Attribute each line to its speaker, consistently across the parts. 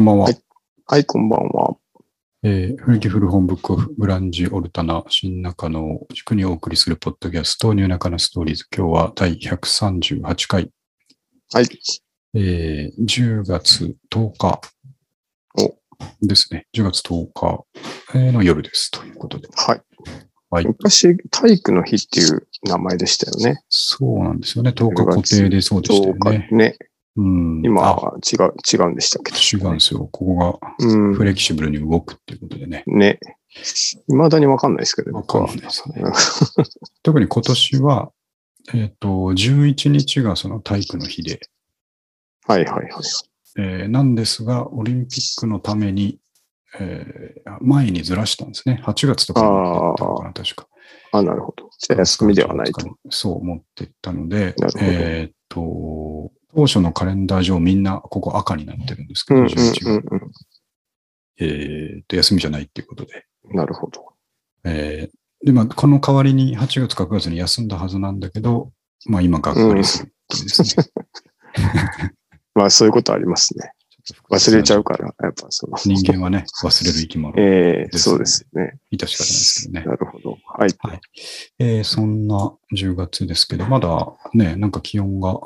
Speaker 1: んは。
Speaker 2: はい、こんばんは。
Speaker 1: えー、古き古本ブックオフ、ブランジオルタナ、新中野を軸にお送りするポッドキャスト、ニューナカナストーリーズ。今日は第138回、
Speaker 2: はい。
Speaker 1: えー、10月10日
Speaker 2: お
Speaker 1: ですね。10月10日えーの夜です。ということで。
Speaker 2: はい。
Speaker 1: はい
Speaker 2: 昔、体育の日っていう名前でしたよね。
Speaker 1: そうなんですよね。10日
Speaker 2: 10
Speaker 1: 固定でそうでしたよ
Speaker 2: 10
Speaker 1: ね。
Speaker 2: 日ね。
Speaker 1: うん。
Speaker 2: 今
Speaker 1: あ
Speaker 2: は違う、違うんでしたっけ
Speaker 1: 違うんですよ。ここ
Speaker 2: う
Speaker 1: が
Speaker 2: ん
Speaker 1: フ。レキシブルに動くっていうことでね。
Speaker 2: ね。未だにわかんないですけど、
Speaker 1: わ
Speaker 2: 僕
Speaker 1: かん
Speaker 2: は
Speaker 1: ない。ですね。 特に今年は、えっ、と、11日がその体育の日で、
Speaker 2: はいはいはい。
Speaker 1: えーなんですが、オリンピックのために、えー前にずらしたんですね。8月とかにだったのかな、確か。
Speaker 2: あ、なるほど。じゃあ休みではないと。。
Speaker 1: そう思ってったので
Speaker 2: なるほ、ど
Speaker 1: えーっと、当初のカレンダー上みんなここ赤になってるんですけ
Speaker 2: うん
Speaker 1: ど、
Speaker 2: うん
Speaker 1: 11月
Speaker 2: うんう
Speaker 1: えーっと、休みじゃないっていうことで。
Speaker 2: ん。なるほど。
Speaker 1: えーで、まあ、この代わりに8月、9月に休んだはずなんだけど、まあ今がっかり するっていうですね。
Speaker 2: まあそういうことありますね。忘れちゃうから、やっぱその。
Speaker 1: 人間はね、忘れる生き物、
Speaker 2: え
Speaker 1: で
Speaker 2: え
Speaker 1: すね
Speaker 2: そうですよね。
Speaker 1: いたしかないですけどね。
Speaker 2: なるほど。はい。
Speaker 1: はいえーそんな10月ですけど、まだね、なんか気温が、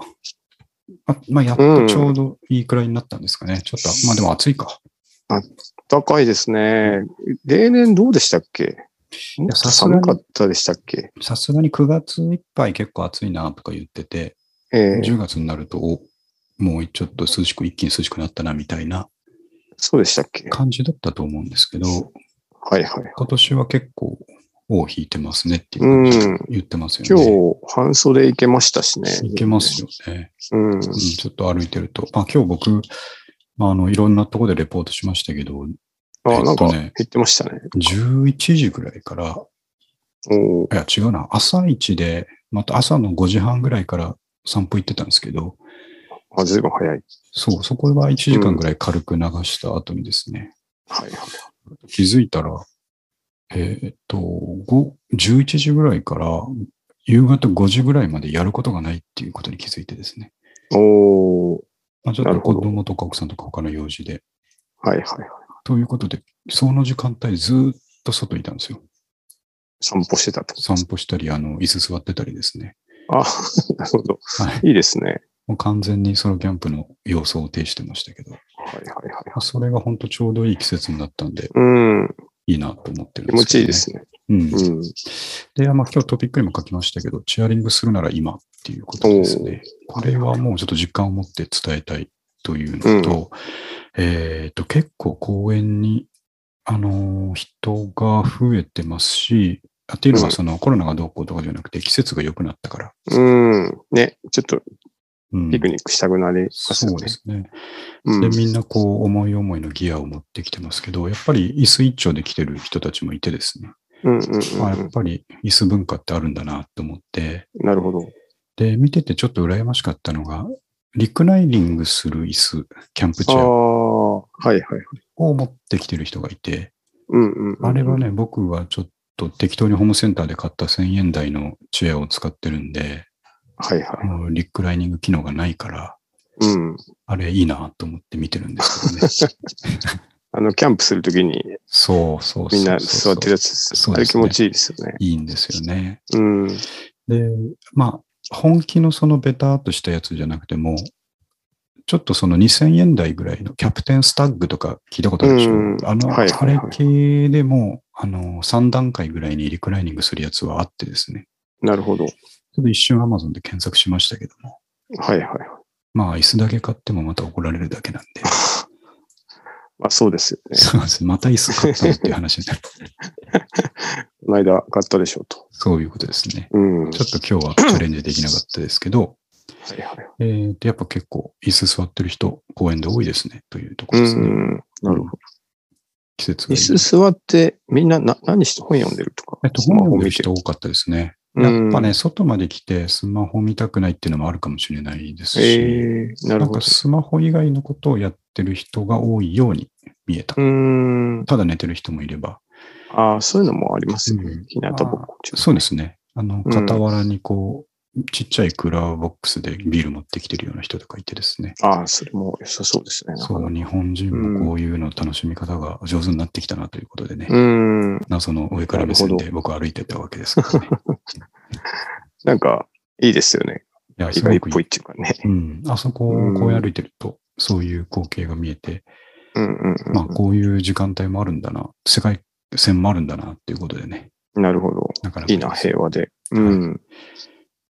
Speaker 1: あまあ、やっとちょうどいいくらいになったんですかね。ちょっと、まあでも暑いか。
Speaker 2: 高いですね。例年どうでしたっけもっと
Speaker 1: さすがに
Speaker 2: 寒かったでしたっけ
Speaker 1: さすがに9月いっぱい結構暑いなとか言ってて、
Speaker 2: ええ
Speaker 1: 10月になると、おもうちょっと涼しく、一気に涼しくなったなみたいな
Speaker 2: そうでしたっけ
Speaker 1: 感じだったと思うんですけど、
Speaker 2: はいはい。
Speaker 1: 今年は結構、尾を引いてますねっていう感じ
Speaker 2: うん
Speaker 1: 言ってますよ
Speaker 2: 今
Speaker 1: ね。
Speaker 2: 日、半袖行けましたしね。
Speaker 1: いけますよね。
Speaker 2: うん。
Speaker 1: うんちょっと歩いてると。あ、今日僕、まあ、あの、いろんなところでレポートしましたけど、え
Speaker 2: あ、
Speaker 1: っ
Speaker 2: なん
Speaker 1: と
Speaker 2: か、
Speaker 1: ね
Speaker 2: 減ってましたね。
Speaker 1: 11時ぐらいから、
Speaker 2: おー
Speaker 1: いや、違うな、朝一で、また朝の5時半ぐらいから散歩行ってたんですけど、
Speaker 2: あ、ずいぶん早い。
Speaker 1: そう、そこは1時間ぐらい軽く流した後にですね、
Speaker 2: はいはい。
Speaker 1: 気づいたら、えーっと、5 11時ぐらいから、夕方5時ぐらいまでやることがないっていうことに気づいてですね。
Speaker 2: おー
Speaker 1: まあ、ちょっ
Speaker 2: な
Speaker 1: と
Speaker 2: る
Speaker 1: 子
Speaker 2: ほど
Speaker 1: 供とか奥さんとか他の用事で。
Speaker 2: はいはいはい。
Speaker 1: ということで、その時間帯ずーっと外いたんですよ。
Speaker 2: 散歩してたってこと
Speaker 1: 散歩したり、あの、椅子座ってたりですね。
Speaker 2: あ、 なるほど
Speaker 1: はい。
Speaker 2: いいですね。
Speaker 1: もう完全にソロキャンプの様子を呈してましたけど、
Speaker 2: はいはいはい。
Speaker 1: あそれが本当ちょうどいい季節になったんで、
Speaker 2: うん。
Speaker 1: いいなと思ってるん
Speaker 2: 気
Speaker 1: で
Speaker 2: 持
Speaker 1: すけ
Speaker 2: ちい
Speaker 1: ど、
Speaker 2: いですね。
Speaker 1: うん。
Speaker 2: うん。
Speaker 1: で、まあ今日トピックにも書きましたけど、チアリングするなら今っていうことですね。これはもうちょっと実感を持って伝えたいというのと、えっと、結構公園に、あのー人が増えてますし、あっていうの
Speaker 2: う
Speaker 1: は
Speaker 2: ん
Speaker 1: そのコロナがどうこうとかじゃなくて、季節が良くなったから。
Speaker 2: うん。ね、ちょっと
Speaker 1: うん
Speaker 2: ピクニックしたくなります
Speaker 1: そう
Speaker 2: よね
Speaker 1: で。すね。
Speaker 2: うん
Speaker 1: で、みんなこう、思い思いのギアを持ってきてますけど、やっぱり椅子一丁で来てる人たちもいてですね、
Speaker 2: うんうん
Speaker 1: あ
Speaker 2: う
Speaker 1: や
Speaker 2: ん
Speaker 1: っ。ぱり椅子文化ってあるんだなと思って、
Speaker 2: なるほど。
Speaker 1: で、見ててちょっと羨ましかったのが、リクライニングする椅子、キャンプチ
Speaker 2: あ
Speaker 1: ェア
Speaker 2: あ、はいはい。
Speaker 1: を持ってきてる人がいて、
Speaker 2: うんうん。
Speaker 1: あれは。ね、僕はちょっと適当にホームセンターで買った1000円台のチェアを使ってるんで、
Speaker 2: はいはい。
Speaker 1: もうリクライニング機能がないから、
Speaker 2: うん。
Speaker 1: あれいいなと思って見てるんですけ どね。
Speaker 2: あの、キャンプするときに
Speaker 1: そうそうそうそう
Speaker 2: みんな座ってるやつです
Speaker 1: そう
Speaker 2: あ
Speaker 1: で
Speaker 2: れ
Speaker 1: す
Speaker 2: 気
Speaker 1: ね
Speaker 2: 持ちいいですよね。
Speaker 1: いいんですよね。
Speaker 2: うん。
Speaker 1: で、まあ、本気のそのベターっとしたやつじゃなくても、ちょっとその2000円台ぐらいのキャプテンスタッグとか聞いたことあるでしょ、
Speaker 2: うん
Speaker 1: あの、
Speaker 2: はいはいはい
Speaker 1: あれ系でも、あの、3段階ぐらいにリクライニングするやつはあってですね。
Speaker 2: なるほど。
Speaker 1: ちょっと一瞬 Amazon で検索しましたけども、
Speaker 2: はいはい。
Speaker 1: まあ、椅子だけ買ってもまた怒られるだけなんで、
Speaker 2: まあそうですよね。
Speaker 1: そうですね。また椅子買ったのっていう話 になる。
Speaker 2: この間買ったでしょうと。
Speaker 1: そういうことですね。
Speaker 2: うん。はい
Speaker 1: ちょっと今日はチャレンジできなかったですけど、
Speaker 2: はい。
Speaker 1: えー、で、やっぱ結構、椅子座ってる人、公園で多いですね、というとこ
Speaker 2: う
Speaker 1: ろですね。
Speaker 2: ん。なるほど。
Speaker 1: 季節が
Speaker 2: 椅
Speaker 1: いい
Speaker 2: 子座ってみんなな何して本読んでるとか。
Speaker 1: えっと、本読んでる
Speaker 2: ス
Speaker 1: 人多かったですね。
Speaker 2: マ
Speaker 1: や
Speaker 2: ホ見て
Speaker 1: っぱ
Speaker 2: うん
Speaker 1: ね、外まで来てスマホ見たくないっていうのもあるかもしれないですし、
Speaker 2: ええな
Speaker 1: な
Speaker 2: る
Speaker 1: ん
Speaker 2: ほ
Speaker 1: か
Speaker 2: ど。
Speaker 1: スマホ以外のことをやってる人が多いように見えた。
Speaker 2: うん。
Speaker 1: ただ寝てる人もいれば、
Speaker 2: ああ、そういうのもありますよ
Speaker 1: う
Speaker 2: ね
Speaker 1: ん。
Speaker 2: 日向ぼっこ中。
Speaker 1: そうですね。あの、
Speaker 2: うん
Speaker 1: 傍らにこう、ちっちゃいクーラーボックスでビール持ってきてるような人とかいてですね。
Speaker 2: ああ、それも良さそうですね。
Speaker 1: そう、日本人もこういうの楽しみ方が上手になってきたなということでね。
Speaker 2: うん。
Speaker 1: 謎の上から目線で僕は歩いてったわけですから ね。
Speaker 2: なんか、いいですよね。
Speaker 1: いや、
Speaker 2: 意
Speaker 1: すご
Speaker 2: 外っ
Speaker 1: くい
Speaker 2: ぽい
Speaker 1: い。
Speaker 2: っていうかね。
Speaker 1: うん。あそこ
Speaker 2: う
Speaker 1: を
Speaker 2: ん
Speaker 1: こう歩いてると、そういう光景が見えて、
Speaker 2: うんうんうん。
Speaker 1: まあ、こういう時間帯もあるんだな、世界線もあるんだなっていうことでね。
Speaker 2: なるほど。
Speaker 1: なかなか
Speaker 2: いいな、平和で。うん。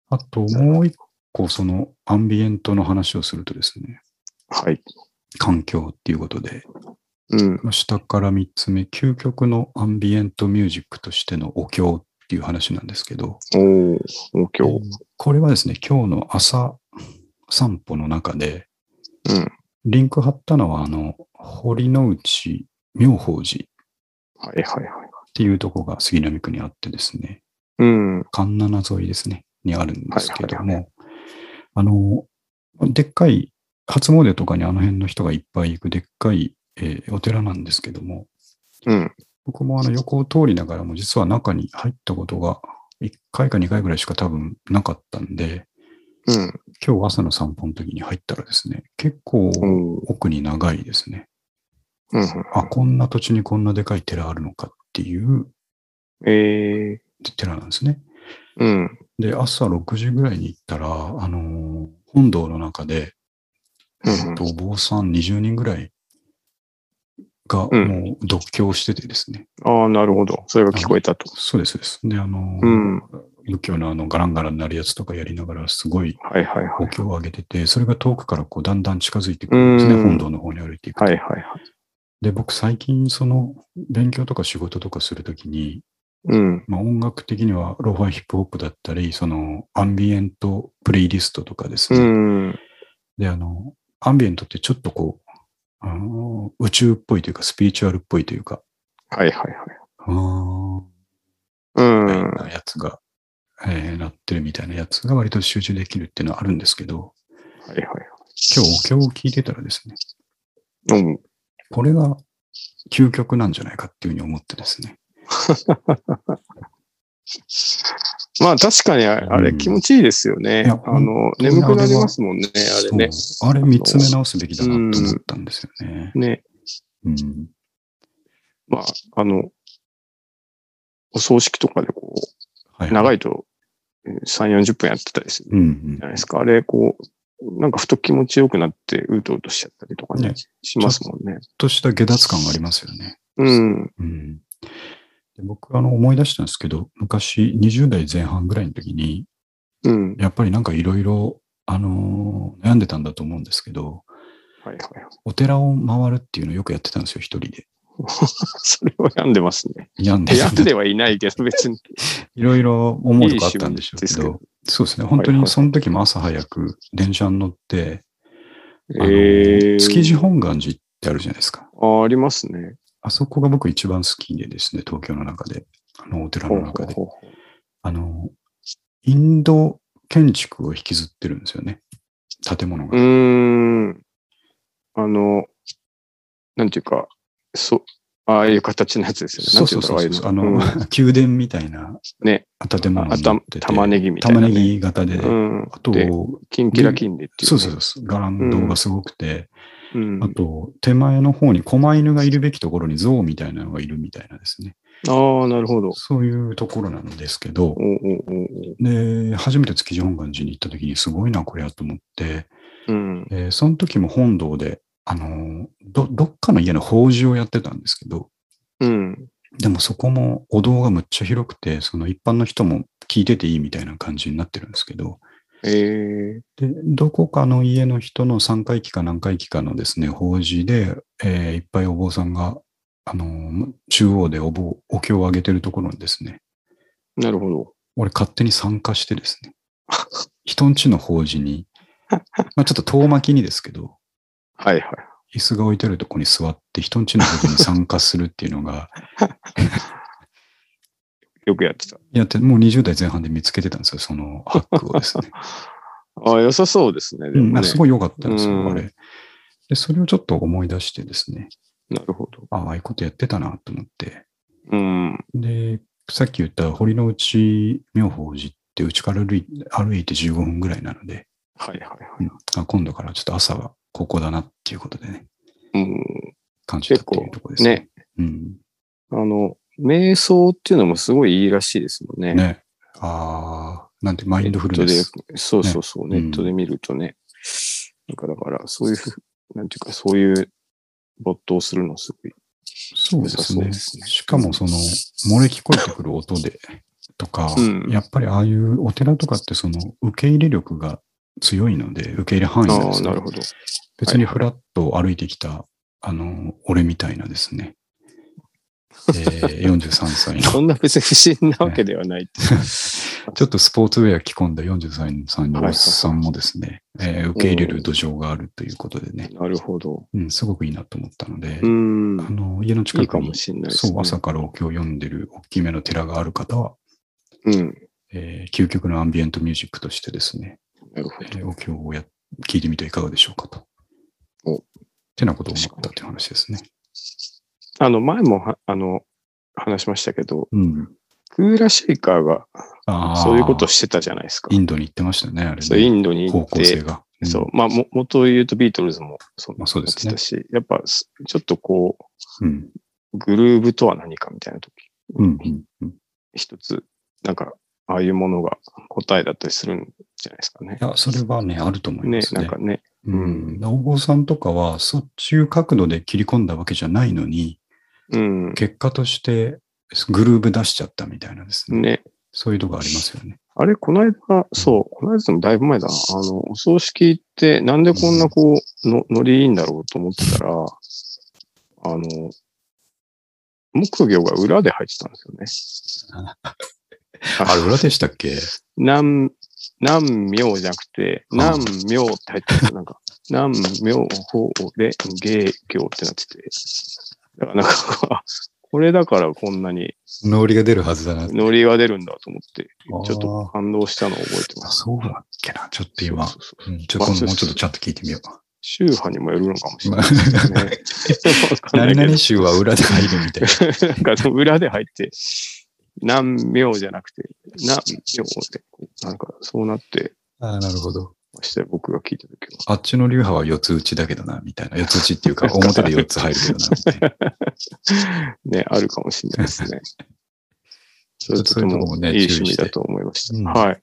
Speaker 1: あと、もう一個、そのアンビエントの話をするとですね、
Speaker 2: はい。
Speaker 1: 環境っていうことで、
Speaker 2: うん。
Speaker 1: 下から3つ目、究極のアンビエントミュージックとしてのお経っていう話なんですけど、
Speaker 2: おー、お経。
Speaker 1: えーこれはですね、今日の朝散歩の中で、
Speaker 2: うん
Speaker 1: リンク貼ったのは、あの、堀之内妙法寺
Speaker 2: はいはいは
Speaker 1: っ
Speaker 2: い。
Speaker 1: ていうとこが杉並区にあってですね、
Speaker 2: うん。
Speaker 1: 神奈沿いですね、にあるんですけど
Speaker 2: はいはいは
Speaker 1: も、あの、でっかい、初詣とかにあの辺の人がいっぱい行くでっかい、えーお寺なんですけども、
Speaker 2: うん。
Speaker 1: 僕もあの横を通りながらも実は中に入ったことが1回か2回ぐらいしか多分なかったんで、
Speaker 2: うん。
Speaker 1: 今日朝の散歩の時に入ったらですね、結構
Speaker 2: おー
Speaker 1: 奥に長いですね。
Speaker 2: うん。
Speaker 1: あ、こんな土地にこんなでかい寺あるのかっていう
Speaker 2: ええ
Speaker 1: 寺なんですね。
Speaker 2: ー。うん。
Speaker 1: で、朝6時ぐらいに行ったら、あのー本堂の中で、
Speaker 2: うん
Speaker 1: えっとお坊さん20人ぐらいが
Speaker 2: うん
Speaker 1: もう独居しててですね。
Speaker 2: ああ、なるほど。それが聞こえたと。
Speaker 1: そうです、そうです。で、あのー
Speaker 2: うん。
Speaker 1: 仏教のあのガランガランなるやつとかやりながら、すごい
Speaker 2: はいはいは
Speaker 1: お
Speaker 2: い。
Speaker 1: 経を上げてて、それが遠くからこうだんだん近づいてくるんですね。
Speaker 2: うん
Speaker 1: 本堂の方に歩いていくと。
Speaker 2: はいはいはい。
Speaker 1: で、僕最近その勉強とか仕事とかするときに、
Speaker 2: うん。
Speaker 1: まあ、音楽的にはローファイヒップホップだったり、そのアンビエントプレイリストとかです
Speaker 2: う
Speaker 1: ね。
Speaker 2: ん。
Speaker 1: で、あの、アンビエントってちょっとこう、あの宇宙っぽいというか、スピリチュアルっぽいというか、
Speaker 2: はいはいはい。
Speaker 1: あー
Speaker 2: う
Speaker 1: みたい
Speaker 2: ん。
Speaker 1: なやつが、えーなってるみたいなやつが割と集中できるっていうのはあるんですけど、
Speaker 2: はいはいはい。
Speaker 1: 今日お経を聞いてたらですね、
Speaker 2: うん。
Speaker 1: これが究極なんじゃないかっていうふうに思ってですね。
Speaker 2: まあ確かにああれ
Speaker 1: うん
Speaker 2: 気持ちいいですよね。
Speaker 1: いや
Speaker 2: あの
Speaker 1: 本、当に
Speaker 2: 眠くなりますもんね、あれね。
Speaker 1: そうあれ見つめ直すべきだなと思ったんですよね。
Speaker 2: ね。
Speaker 1: うん。
Speaker 2: まあ、あの、お葬式とかでこ
Speaker 1: はい。
Speaker 2: う、長
Speaker 1: い。
Speaker 2: いとえー3、40分やってたりする
Speaker 1: うん
Speaker 2: じゃないですか。あれ、こう、なんかふと気持ちよくなって、うとうとしちゃったりとかね
Speaker 1: ね、
Speaker 2: しますもんね。
Speaker 1: とした下脱感がありますよね。
Speaker 2: うん。
Speaker 1: うん。で僕、あの、思い出したんですけど、昔、20代前半ぐらいの時に、
Speaker 2: うん。
Speaker 1: やっぱりなんかいろいろ、あのー悩んでたんだと思うんですけど、
Speaker 2: はいはい はい。
Speaker 1: お寺を回るっていうのをよくやってたんですよ、一人で。
Speaker 2: それは病んでますね。
Speaker 1: 病んでたん
Speaker 2: 病ん
Speaker 1: で
Speaker 2: ではいないけど、別に。
Speaker 1: いろいろ思うとこあったんでしょうけ
Speaker 2: いい趣味ですけ
Speaker 1: ど
Speaker 2: ど、
Speaker 1: そうですね。本当にその時も朝早く電車に乗って、あの
Speaker 2: ええ
Speaker 1: 築地本願寺ってあるじゃないですか。
Speaker 2: あありますね。
Speaker 1: あそこが僕一番好きでですね、東京の中で、あのお寺の中で。
Speaker 2: ほうほうほう
Speaker 1: あの、インド建築を引きずってるんですよね。建物
Speaker 2: う
Speaker 1: が。
Speaker 2: ーん。あの、なんていうか、そう、ああいう形のやつですよね。
Speaker 1: そうそうそうそう。あの、 宮殿みたいな
Speaker 2: ね
Speaker 1: 建物
Speaker 2: あ
Speaker 1: になってて。
Speaker 2: た玉ねぎみたいな
Speaker 1: 玉
Speaker 2: ね、
Speaker 1: ねぎ型で。
Speaker 2: うん。
Speaker 1: あと、
Speaker 2: でキンキラキンでっていう、
Speaker 1: そうそうそう。ガランドがすごくて、
Speaker 2: う。うん、
Speaker 1: あと、手前の方に狛犬がいるべきところに象みたいなのがいるみたいなですね。
Speaker 2: ああ、なるほど。
Speaker 1: そういうところなんですけど
Speaker 2: お、うおうおうおう
Speaker 1: で、初めて築地本願寺に行った時にすごいな、これやと思って、
Speaker 2: うん。
Speaker 1: えーその時も本堂で、あのーど、どっかの家の法事をやってたんですけど、
Speaker 2: うん。
Speaker 1: でもそこもお堂がむっちゃ広くて、その一般の人も聞いてていいみたいな感じになってるんですけど、
Speaker 2: ええ
Speaker 1: で、どこかの家の人の3回忌か何回忌かのですね、法事で、えーいっぱいお坊さんが、あのー中央でお坊、お経をあげてるところにですね、
Speaker 2: なるほど。
Speaker 1: 俺勝手に参加してですね、 人んちの法事に、まあちょっと遠巻きにですけど、
Speaker 2: はいはい。
Speaker 1: 椅子が置いてあるとこに座って人んちの法事に参加するっていうのが、
Speaker 2: よくやってた。
Speaker 1: やって、もう20代前半で見つけてたんですよ、そのハックをですね。
Speaker 2: ああ、良さそうですね。で
Speaker 1: うん、な
Speaker 2: も
Speaker 1: ん
Speaker 2: ね
Speaker 1: かすごい良かったんです
Speaker 2: う
Speaker 1: よ、
Speaker 2: ん
Speaker 1: あれ。で、それをちょっと思い出してですね、
Speaker 2: なるほど。
Speaker 1: ああ、ああいうことやってたなと思って。
Speaker 2: うん。
Speaker 1: で、さっき言った堀之内妙法寺ってって、うちから歩い歩いて15分ぐらいなので、
Speaker 2: はいはいはい。
Speaker 1: うんあ今度からちょっと朝はここだなっていうことでね、
Speaker 2: うん。
Speaker 1: 感じたっていうところですね。うん、
Speaker 2: あの、瞑想っていうのもすごいいいらしいですもんね。
Speaker 1: ね。ああ、なんてマインドフル
Speaker 2: ネッ
Speaker 1: ネ
Speaker 2: トで
Speaker 1: ス。
Speaker 2: そうそうそう、
Speaker 1: ね
Speaker 2: ネットで見るとね。なんかだから、そういうふう、なんていうか、そういう没頭するのすごい。
Speaker 1: そうです
Speaker 2: そう
Speaker 1: ね。
Speaker 2: ですね
Speaker 1: しかもその、漏れ聞こえてくる音でとか、
Speaker 2: うん
Speaker 1: やっぱりああいうお寺とかってその受け入れ力が強いので、受け入れ範囲なん
Speaker 2: あ
Speaker 1: で
Speaker 2: あ、
Speaker 1: す
Speaker 2: な
Speaker 1: ね
Speaker 2: る。ほど。
Speaker 1: 別にフラッと歩いてきた、あの、俺みたいなですね、え ー43歳の、
Speaker 2: そんな別に不審なわけではないって。
Speaker 1: ちょっとスポーツウェア着込んだ43歳のおっさんもですね、えー受け入れる土壌があるということでね、
Speaker 2: なるほど。
Speaker 1: うん、すごくいいなと思ったので
Speaker 2: う、ん
Speaker 1: あ。の、家の
Speaker 2: い
Speaker 1: 近
Speaker 2: い
Speaker 1: く
Speaker 2: か
Speaker 1: に
Speaker 2: も、しれないです、ね。
Speaker 1: そう、朝からお経を読んでる大きめの寺がある方は、
Speaker 2: うん。
Speaker 1: えー究極のアンビエントミュージックとしてですね、
Speaker 2: なるほ
Speaker 1: え
Speaker 2: ど。
Speaker 1: ーお経をや聞いてみてはいかがでしょうかと。
Speaker 2: お
Speaker 1: てなことを思ったという話ですね。
Speaker 2: あの、前もは、あの、話しましたけど、
Speaker 1: うん。
Speaker 2: クーラシェイカーが
Speaker 1: あー
Speaker 2: そういうことをしてたじゃないですか
Speaker 1: イ。ンドに行ってましたね、あれ
Speaker 2: そう、
Speaker 1: ね
Speaker 2: インドに行
Speaker 1: 高
Speaker 2: っ
Speaker 1: 校生
Speaker 2: て、
Speaker 1: が。ん
Speaker 2: そう、まあ、も、元を言うとビートルズもそう
Speaker 1: まあそう
Speaker 2: や
Speaker 1: で
Speaker 2: っ
Speaker 1: す
Speaker 2: て
Speaker 1: ね
Speaker 2: た。し、やっぱす、ちょっとこ
Speaker 1: うん。
Speaker 2: う、グルーブとは何かみたいな時、
Speaker 1: うん。うんうん
Speaker 2: 一つ、なんか、ああいうものが答えだったりするんじゃないですかね
Speaker 1: い。や、それはね、あると思い
Speaker 2: ね
Speaker 1: ま、す
Speaker 2: な
Speaker 1: ね。
Speaker 2: んかね、
Speaker 1: うん。大坊さんとかは、そっちゅう角度で切り込んだわけじゃないのに、
Speaker 2: うん、
Speaker 1: 結果としてグルーブ出しちゃったみたいなですね。
Speaker 2: ね。
Speaker 1: そういうとこありますよね。
Speaker 2: あれ、この間、そう、この間でもだいぶ前だな。あの、お葬式って、なんでこんなこう、の、ノリいいんだろうと思ってたら、あの、木魚が裏で入ってたんですよね。
Speaker 1: あれ、裏でしたっ け
Speaker 2: 南、南明じゃなくて、
Speaker 1: ああ
Speaker 2: 南明って入ってるなんか、南明法で芸業ってなってて。だからなんか、 これだからこんなに
Speaker 1: ノリが出るはずだな。ち
Speaker 2: ノリが出るんだと思って、
Speaker 1: ょ
Speaker 2: ちょっと感動したのを覚えてます。
Speaker 1: そうだっけな。ちょっと今
Speaker 2: そう、そうそう
Speaker 1: うんちょっと今度もうちょっとちゃんと聞いてみよう。
Speaker 2: 宗派にもよるのかもしれないですね。わか んな
Speaker 1: 何
Speaker 2: いけど
Speaker 1: 々州は裏で入るみ たいな。
Speaker 2: なんか裏で入って、南明じゃなくて、南明で、なんかそうなって
Speaker 1: ああ、なるほど。
Speaker 2: まして、僕が聞いた時は。
Speaker 1: あっちの流派は四つ打ちだけどな、みたいな。四つ打ちっていう か、表で四つ入るけどな、みたいな。
Speaker 2: ね、あるかもしれないですね。それとて
Speaker 1: そういうとこ
Speaker 2: も
Speaker 1: も
Speaker 2: いい
Speaker 1: ね
Speaker 2: 趣
Speaker 1: 注意
Speaker 2: 味
Speaker 1: して
Speaker 2: だと思いました。
Speaker 1: うん
Speaker 2: はい。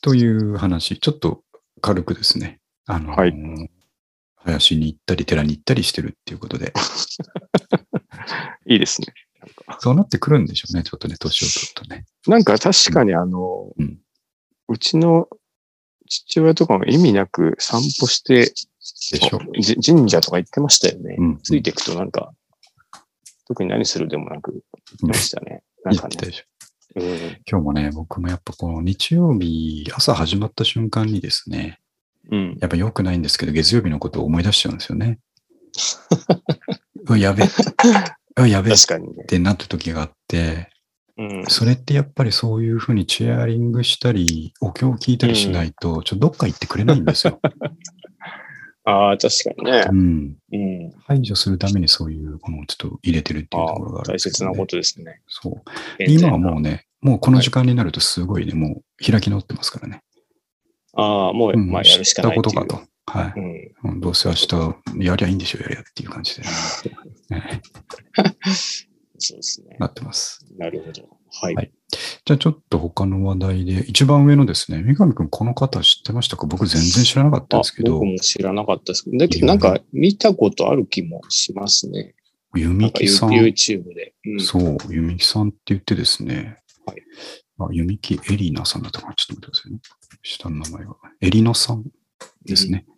Speaker 1: という話、ちょっと軽くですね。あのー
Speaker 2: はい
Speaker 1: 林に行ったり、寺に行ったりしてるっていうことで、
Speaker 2: いいですね。
Speaker 1: そうなってくるんでしょうね、ちょっとね、年を取るとね。
Speaker 2: なんか確かにあの、
Speaker 1: う
Speaker 2: うんちの父親とかも意味なく散歩して、
Speaker 1: でしょ
Speaker 2: じ神社とか行ってましたよね。
Speaker 1: うん
Speaker 2: ついていくとなんか、特に何するでもなく行ってましたね。なん
Speaker 1: 行
Speaker 2: か
Speaker 1: ってた
Speaker 2: ね。
Speaker 1: でしょ。
Speaker 2: うん
Speaker 1: 今日もね、僕もやっぱこの日曜日、朝始まった瞬間にですね、
Speaker 2: うん。
Speaker 1: やっぱ良くないんですけど、月曜日のことを思い出しちゃうんですよ ね。うわやべえ、うわやべえっ
Speaker 2: 確かにね。
Speaker 1: てなった時があって、
Speaker 2: うん。
Speaker 1: それってやっぱりそういうふうにチェアリングしたり、お経を聞いたりしないと、ちょっとどっか行ってくれないん ですよ。
Speaker 2: ああ、確かにね。
Speaker 1: うん。
Speaker 2: うん。
Speaker 1: 排除するためにそういうものをちょっと入れてるっていうところがあるん
Speaker 2: 大
Speaker 1: ですけ
Speaker 2: 切
Speaker 1: ど
Speaker 2: な
Speaker 1: ね、
Speaker 2: ことですね。
Speaker 1: そう。今はもうね、もうこの
Speaker 2: はい
Speaker 1: 時間になるとすごいね、もう開き直ってますからね。
Speaker 2: ああ、もう、
Speaker 1: うん
Speaker 2: まあ、やるしかない
Speaker 1: 知
Speaker 2: っ
Speaker 1: った
Speaker 2: て
Speaker 1: こ
Speaker 2: い
Speaker 1: と
Speaker 2: う。
Speaker 1: かと。はい。
Speaker 2: うん。
Speaker 1: うんどうせ明日やりゃいいんでしょ、やりゃっていう感 じで、ね
Speaker 2: そうですね。
Speaker 1: なってます。
Speaker 2: なるほど。はい
Speaker 1: は。いじゃあちょっと他の話題で、一番上のですね、三上くんこの方知ってましたか僕全然知らなかったん
Speaker 2: あ
Speaker 1: ですけど
Speaker 2: 僕、も知らなかったですけど、だけど
Speaker 1: いろ
Speaker 2: ないん
Speaker 1: ろ
Speaker 2: か見たことある気もしますね。
Speaker 1: ゆ
Speaker 2: なん
Speaker 1: み
Speaker 2: か
Speaker 1: きさん。
Speaker 2: YouTube で。うん
Speaker 1: そう、ゆみきさんって言ってですね、
Speaker 2: はい
Speaker 1: あゆみきエリナさんだったかな、ちょっと待ってくださいね。下の名前は。エリナさんですね。
Speaker 2: うん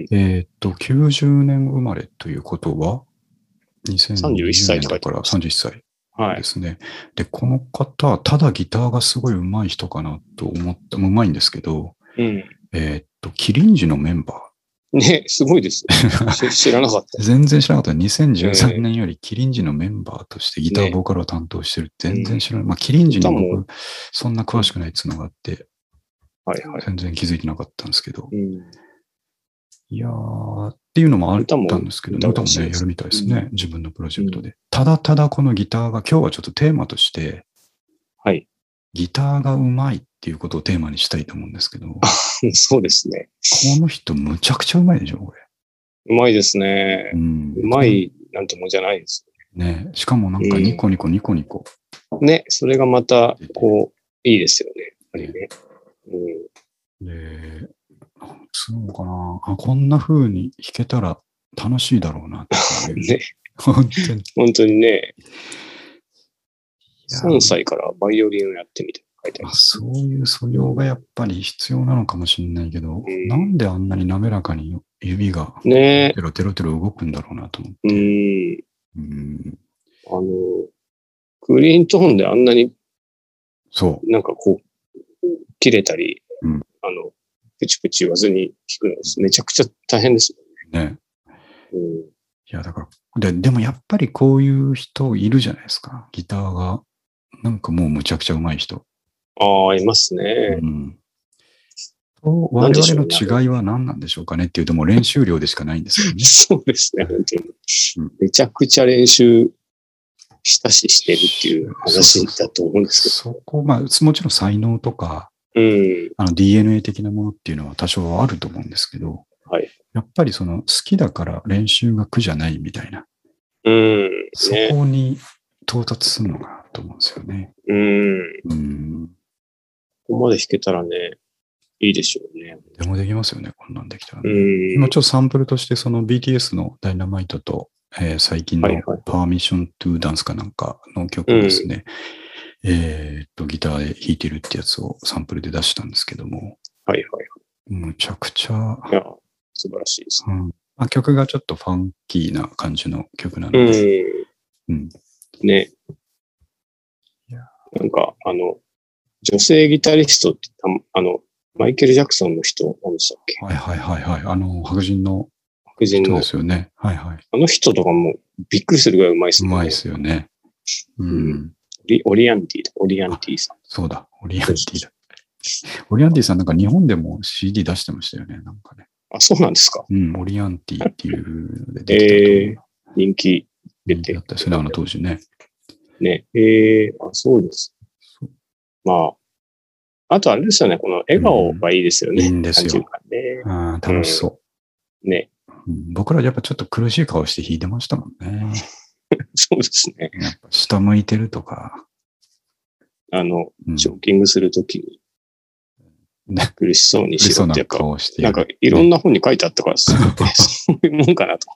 Speaker 2: はい
Speaker 1: えーっと、90年生まれということは、2021
Speaker 2: 31歳って書
Speaker 1: だ
Speaker 2: いて
Speaker 1: から
Speaker 2: ます
Speaker 1: 31歳
Speaker 2: は
Speaker 1: で
Speaker 2: い。
Speaker 1: すね。で、この方、ただギターがすごい上手い人かなと思った、もう上手いんですけど、
Speaker 2: うん。
Speaker 1: えーっと、キリンジのメンバー。
Speaker 2: ね、すごいです。 し知らなかった。
Speaker 1: 全然知らなかった。
Speaker 2: え
Speaker 1: 2013
Speaker 2: え
Speaker 1: 年よりキリンジのメンバーとしてギター、
Speaker 2: ね
Speaker 1: ボーカルを担当してる。全然知らない。まあ、キリンジに
Speaker 2: 歌
Speaker 1: 僕、そんな詳しくないっつうのがあって、
Speaker 2: はいはい。
Speaker 1: 全然気づいてなかったんですけど。
Speaker 2: うん。
Speaker 1: いやー、っていうのもあったんですけどね、歌
Speaker 2: 歌
Speaker 1: も
Speaker 2: も
Speaker 1: ね、やるみたいですね。自分のプロジェクトで。ただただこのギターが、今日はちょっとテーマとして、
Speaker 2: はい。
Speaker 1: ギターが上手いっっていうことをテーマにしたいと思うんですけど、こ
Speaker 2: そうですね。
Speaker 1: の人むちゃくちゃうまいでしょ、これ。
Speaker 2: うまいですね
Speaker 1: う。ん。
Speaker 2: うま。いなんてもんじゃないです。
Speaker 1: ね。しかもなんか
Speaker 2: うん
Speaker 1: ニコニコニコニコ。
Speaker 2: ね、それがまた、こう、いいですよね。やっぱりね。うん。
Speaker 1: で、するのかなあ、こんな風に弾けたら楽しいだろうなっていう。
Speaker 2: ね、
Speaker 1: 本当に。
Speaker 2: 本当にね、
Speaker 1: や
Speaker 2: 3歳からバイオリンをやってみて書いてあ
Speaker 1: ま
Speaker 2: る
Speaker 1: あ、。そういう素養がやっぱり必要なのかもしれないけど、
Speaker 2: うん
Speaker 1: なんであんなに滑らかに指が
Speaker 2: ね
Speaker 1: テロテロテロ動くんだろうなと思って。
Speaker 2: うん。
Speaker 1: うん、
Speaker 2: あの、クリーントーンであんなに
Speaker 1: そ
Speaker 2: なんかこう、切れたり、
Speaker 1: うん
Speaker 2: あの、プチプチ言わずに弾くのめちゃくちゃ大変です
Speaker 1: う。ね。
Speaker 2: もん。うん
Speaker 1: いや、だから、ででもやっぱりこういう人いるじゃないですか。ギターが、なんかもうむちゃくちゃうまい人。
Speaker 2: ああ、います
Speaker 1: う
Speaker 2: ね。
Speaker 1: ん。と我
Speaker 2: なんでしょ
Speaker 1: 々
Speaker 2: うね
Speaker 1: の違いは何なんでしょうかねっていうと、もう練習量でしかないんですよね。
Speaker 2: そうですね、本当に
Speaker 1: うん。
Speaker 2: めちゃくちゃ練習したししてるっていう話だと思うんです
Speaker 1: そこ、まあ、もちろん才能とか、
Speaker 2: けど。うん。
Speaker 1: あの DNA 的なものっていうのは多少はあると思うんですけど、
Speaker 2: はい
Speaker 1: やっぱりその好きだから練習が苦じゃないみたいな、
Speaker 2: うん。
Speaker 1: そ
Speaker 2: ね。
Speaker 1: こに到達するのかなと思うんですよね。
Speaker 2: うん。
Speaker 1: うん。
Speaker 2: ここまで弾けたらね、いいでしょうね。
Speaker 1: でもできますよね、こんなんできたら
Speaker 2: う
Speaker 1: ね、
Speaker 2: ん。
Speaker 1: 今ちょっとサンプルとしてその BTS のダイナマイトと、えー最近の
Speaker 2: はいはい
Speaker 1: パーミッショントゥダンスかなんかの曲をですね、えーっと、ギターで弾いてるってやつをサンプルで出したんですけども、
Speaker 2: はいはい。
Speaker 1: むちゃくちゃ
Speaker 2: いや、素晴らしいです
Speaker 1: うんまあ、曲がちょっとファンキーな感じの曲なので、
Speaker 2: ね。う
Speaker 1: うん
Speaker 2: ん。ね
Speaker 1: いや。
Speaker 2: なんか、あの、女性ギタリストってた、あの、マイケル・ジャクソンの人、何でしたっけ
Speaker 1: はいはいはいはい。あの、白人の
Speaker 2: 白人
Speaker 1: 人
Speaker 2: の
Speaker 1: で。すよね。はいはい。
Speaker 2: あの人とかもびっくりするぐらいうまいです
Speaker 1: う
Speaker 2: ね。
Speaker 1: まいですよね。うん。
Speaker 2: うんオリ。オリアンティだ、オリアンティさん。
Speaker 1: そうだ。オリアンティだ。 オリアンティさんなんか日本でも CD 出してましたよね。なんかね。
Speaker 2: あ、そうなんですか。
Speaker 1: うん。オリアンティっていうのでできたと思うな
Speaker 2: 人気出て
Speaker 1: だったですね。あの当時ね。
Speaker 2: ね。ええあ、そうです。
Speaker 1: そう
Speaker 2: まあ。あとあれですよね、この笑顔がいいですよね。
Speaker 1: うんいいんですよ
Speaker 2: 単純感ね
Speaker 1: あー楽しそ
Speaker 2: ね。
Speaker 1: う、うん僕らやっぱちょっと苦しい顔して弾いてましたもんね。
Speaker 2: そうですね。
Speaker 1: やっぱ下向いてるとか。
Speaker 2: あの、
Speaker 1: うん、
Speaker 2: ジョッキングするときに
Speaker 1: ね、
Speaker 2: 苦しそうに
Speaker 1: 苦し
Speaker 2: し
Speaker 1: そ
Speaker 2: ろ
Speaker 1: う
Speaker 2: って
Speaker 1: な
Speaker 2: やっぱ、
Speaker 1: 顔して
Speaker 2: なんかいろんな本に書いてあったから、そういうもんかなと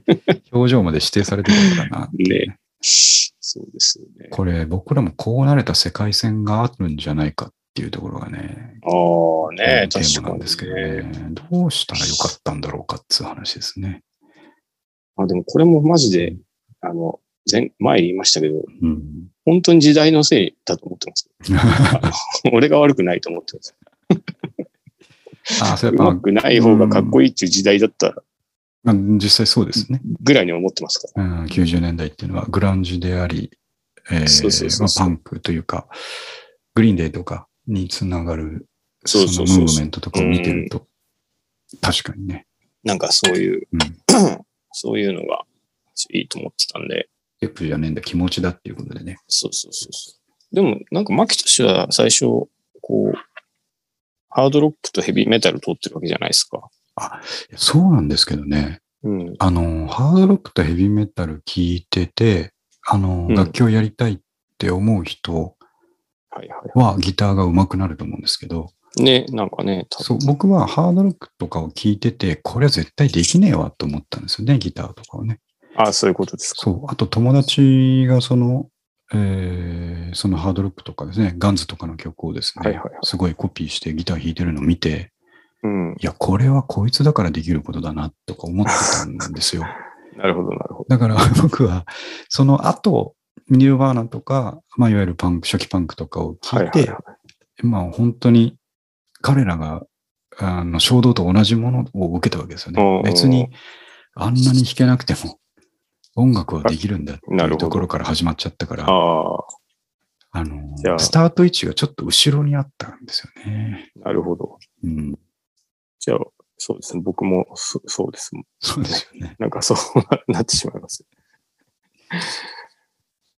Speaker 2: 思って。
Speaker 1: 表情まで指定されてるからなっていうね
Speaker 2: ねそうですよね。
Speaker 1: これ僕らもこうなれた世界線があるんじゃないかっていうところがね、
Speaker 2: ああ、ね、
Speaker 1: テーマ
Speaker 2: 確か
Speaker 1: なん
Speaker 2: に、
Speaker 1: ですけど
Speaker 2: ね。
Speaker 1: ね。どうしたらよかったんだろうかっていう話ですね。
Speaker 2: あでもこれもマジで、あの、前、前言いましたけど、
Speaker 1: うん。
Speaker 2: 本当に時代のせいだと思ってます。 俺が悪くないと思ってます。
Speaker 1: あそうれやっ
Speaker 2: ま
Speaker 1: ぱ、
Speaker 2: くない方がかっこいいっていう時代だった
Speaker 1: まあ実際そうですね、
Speaker 2: ぐらいに思ってますか
Speaker 1: うん。90年代っていうのはグランジであり、え
Speaker 2: そうそう
Speaker 1: ー
Speaker 2: そ
Speaker 1: ま
Speaker 2: う
Speaker 1: あ
Speaker 2: そ
Speaker 1: パ
Speaker 2: う
Speaker 1: ンクというか、グリーンデーとかにつながる、そ
Speaker 2: そう
Speaker 1: の
Speaker 2: そうそうそう
Speaker 1: ムーブメントとかを見てると、確かにね。
Speaker 2: ら。なんかそういう、
Speaker 1: うん
Speaker 2: そういうのがいいと思ってたんで、
Speaker 1: テープじゃねえんだ、気持ちだっていうことでね。
Speaker 2: そうそうそうそう。でも、なんか、牧田氏は最初、こう、ハードロックとヘビーメタル通ってるわけじゃないですか。
Speaker 1: いやそうなんですけどね、
Speaker 2: うん。
Speaker 1: あの、ハードロックとヘビーメタル聞いてて、あの、
Speaker 2: うん
Speaker 1: 楽器をやりたいって思う人
Speaker 2: はいは
Speaker 1: はギターが上手くなると思うんですけど、
Speaker 2: い。ね、なんかね、多分
Speaker 1: そう、僕はハードロックとかを聞いてて、これは絶対できねえわと思ったんですよね、ギターとかをね。
Speaker 2: あそういうことですか。
Speaker 1: そう、あと友達がその、えーそのハードロックとかですね、ガンズとかの曲をですね、
Speaker 2: はいはいはい
Speaker 1: すごいコピーしてギター弾いてるのを見て、
Speaker 2: うん。
Speaker 1: いや、これはこいつだからできることだなとか思ってたんですよ。
Speaker 2: なるほど、なるほど。
Speaker 1: だから 僕は、その後、ニルバーナとか、まあ、いわゆるパンク、初期パンクとかを
Speaker 2: は
Speaker 1: 聞
Speaker 2: い
Speaker 1: い
Speaker 2: はい
Speaker 1: て、
Speaker 2: は
Speaker 1: まあ本当に彼らが、あの、衝動と同じものを受けたわけですよ
Speaker 2: うんうんう
Speaker 1: ね
Speaker 2: ん。
Speaker 1: 別に、あんなに弾けなくても、音楽はできるんだって
Speaker 2: ないる
Speaker 1: う
Speaker 2: ほど
Speaker 1: ところから始まっちゃったから、
Speaker 2: い。
Speaker 1: あ
Speaker 2: ああ、じゃ
Speaker 1: の、
Speaker 2: あ
Speaker 1: スタート位置がちょっと後ろにあったんですよね。
Speaker 2: なるほど。
Speaker 1: うん。
Speaker 2: じゃあ、そうですね。僕もそ、そうです。
Speaker 1: そうですよね。
Speaker 2: なんかそうなってしまいます。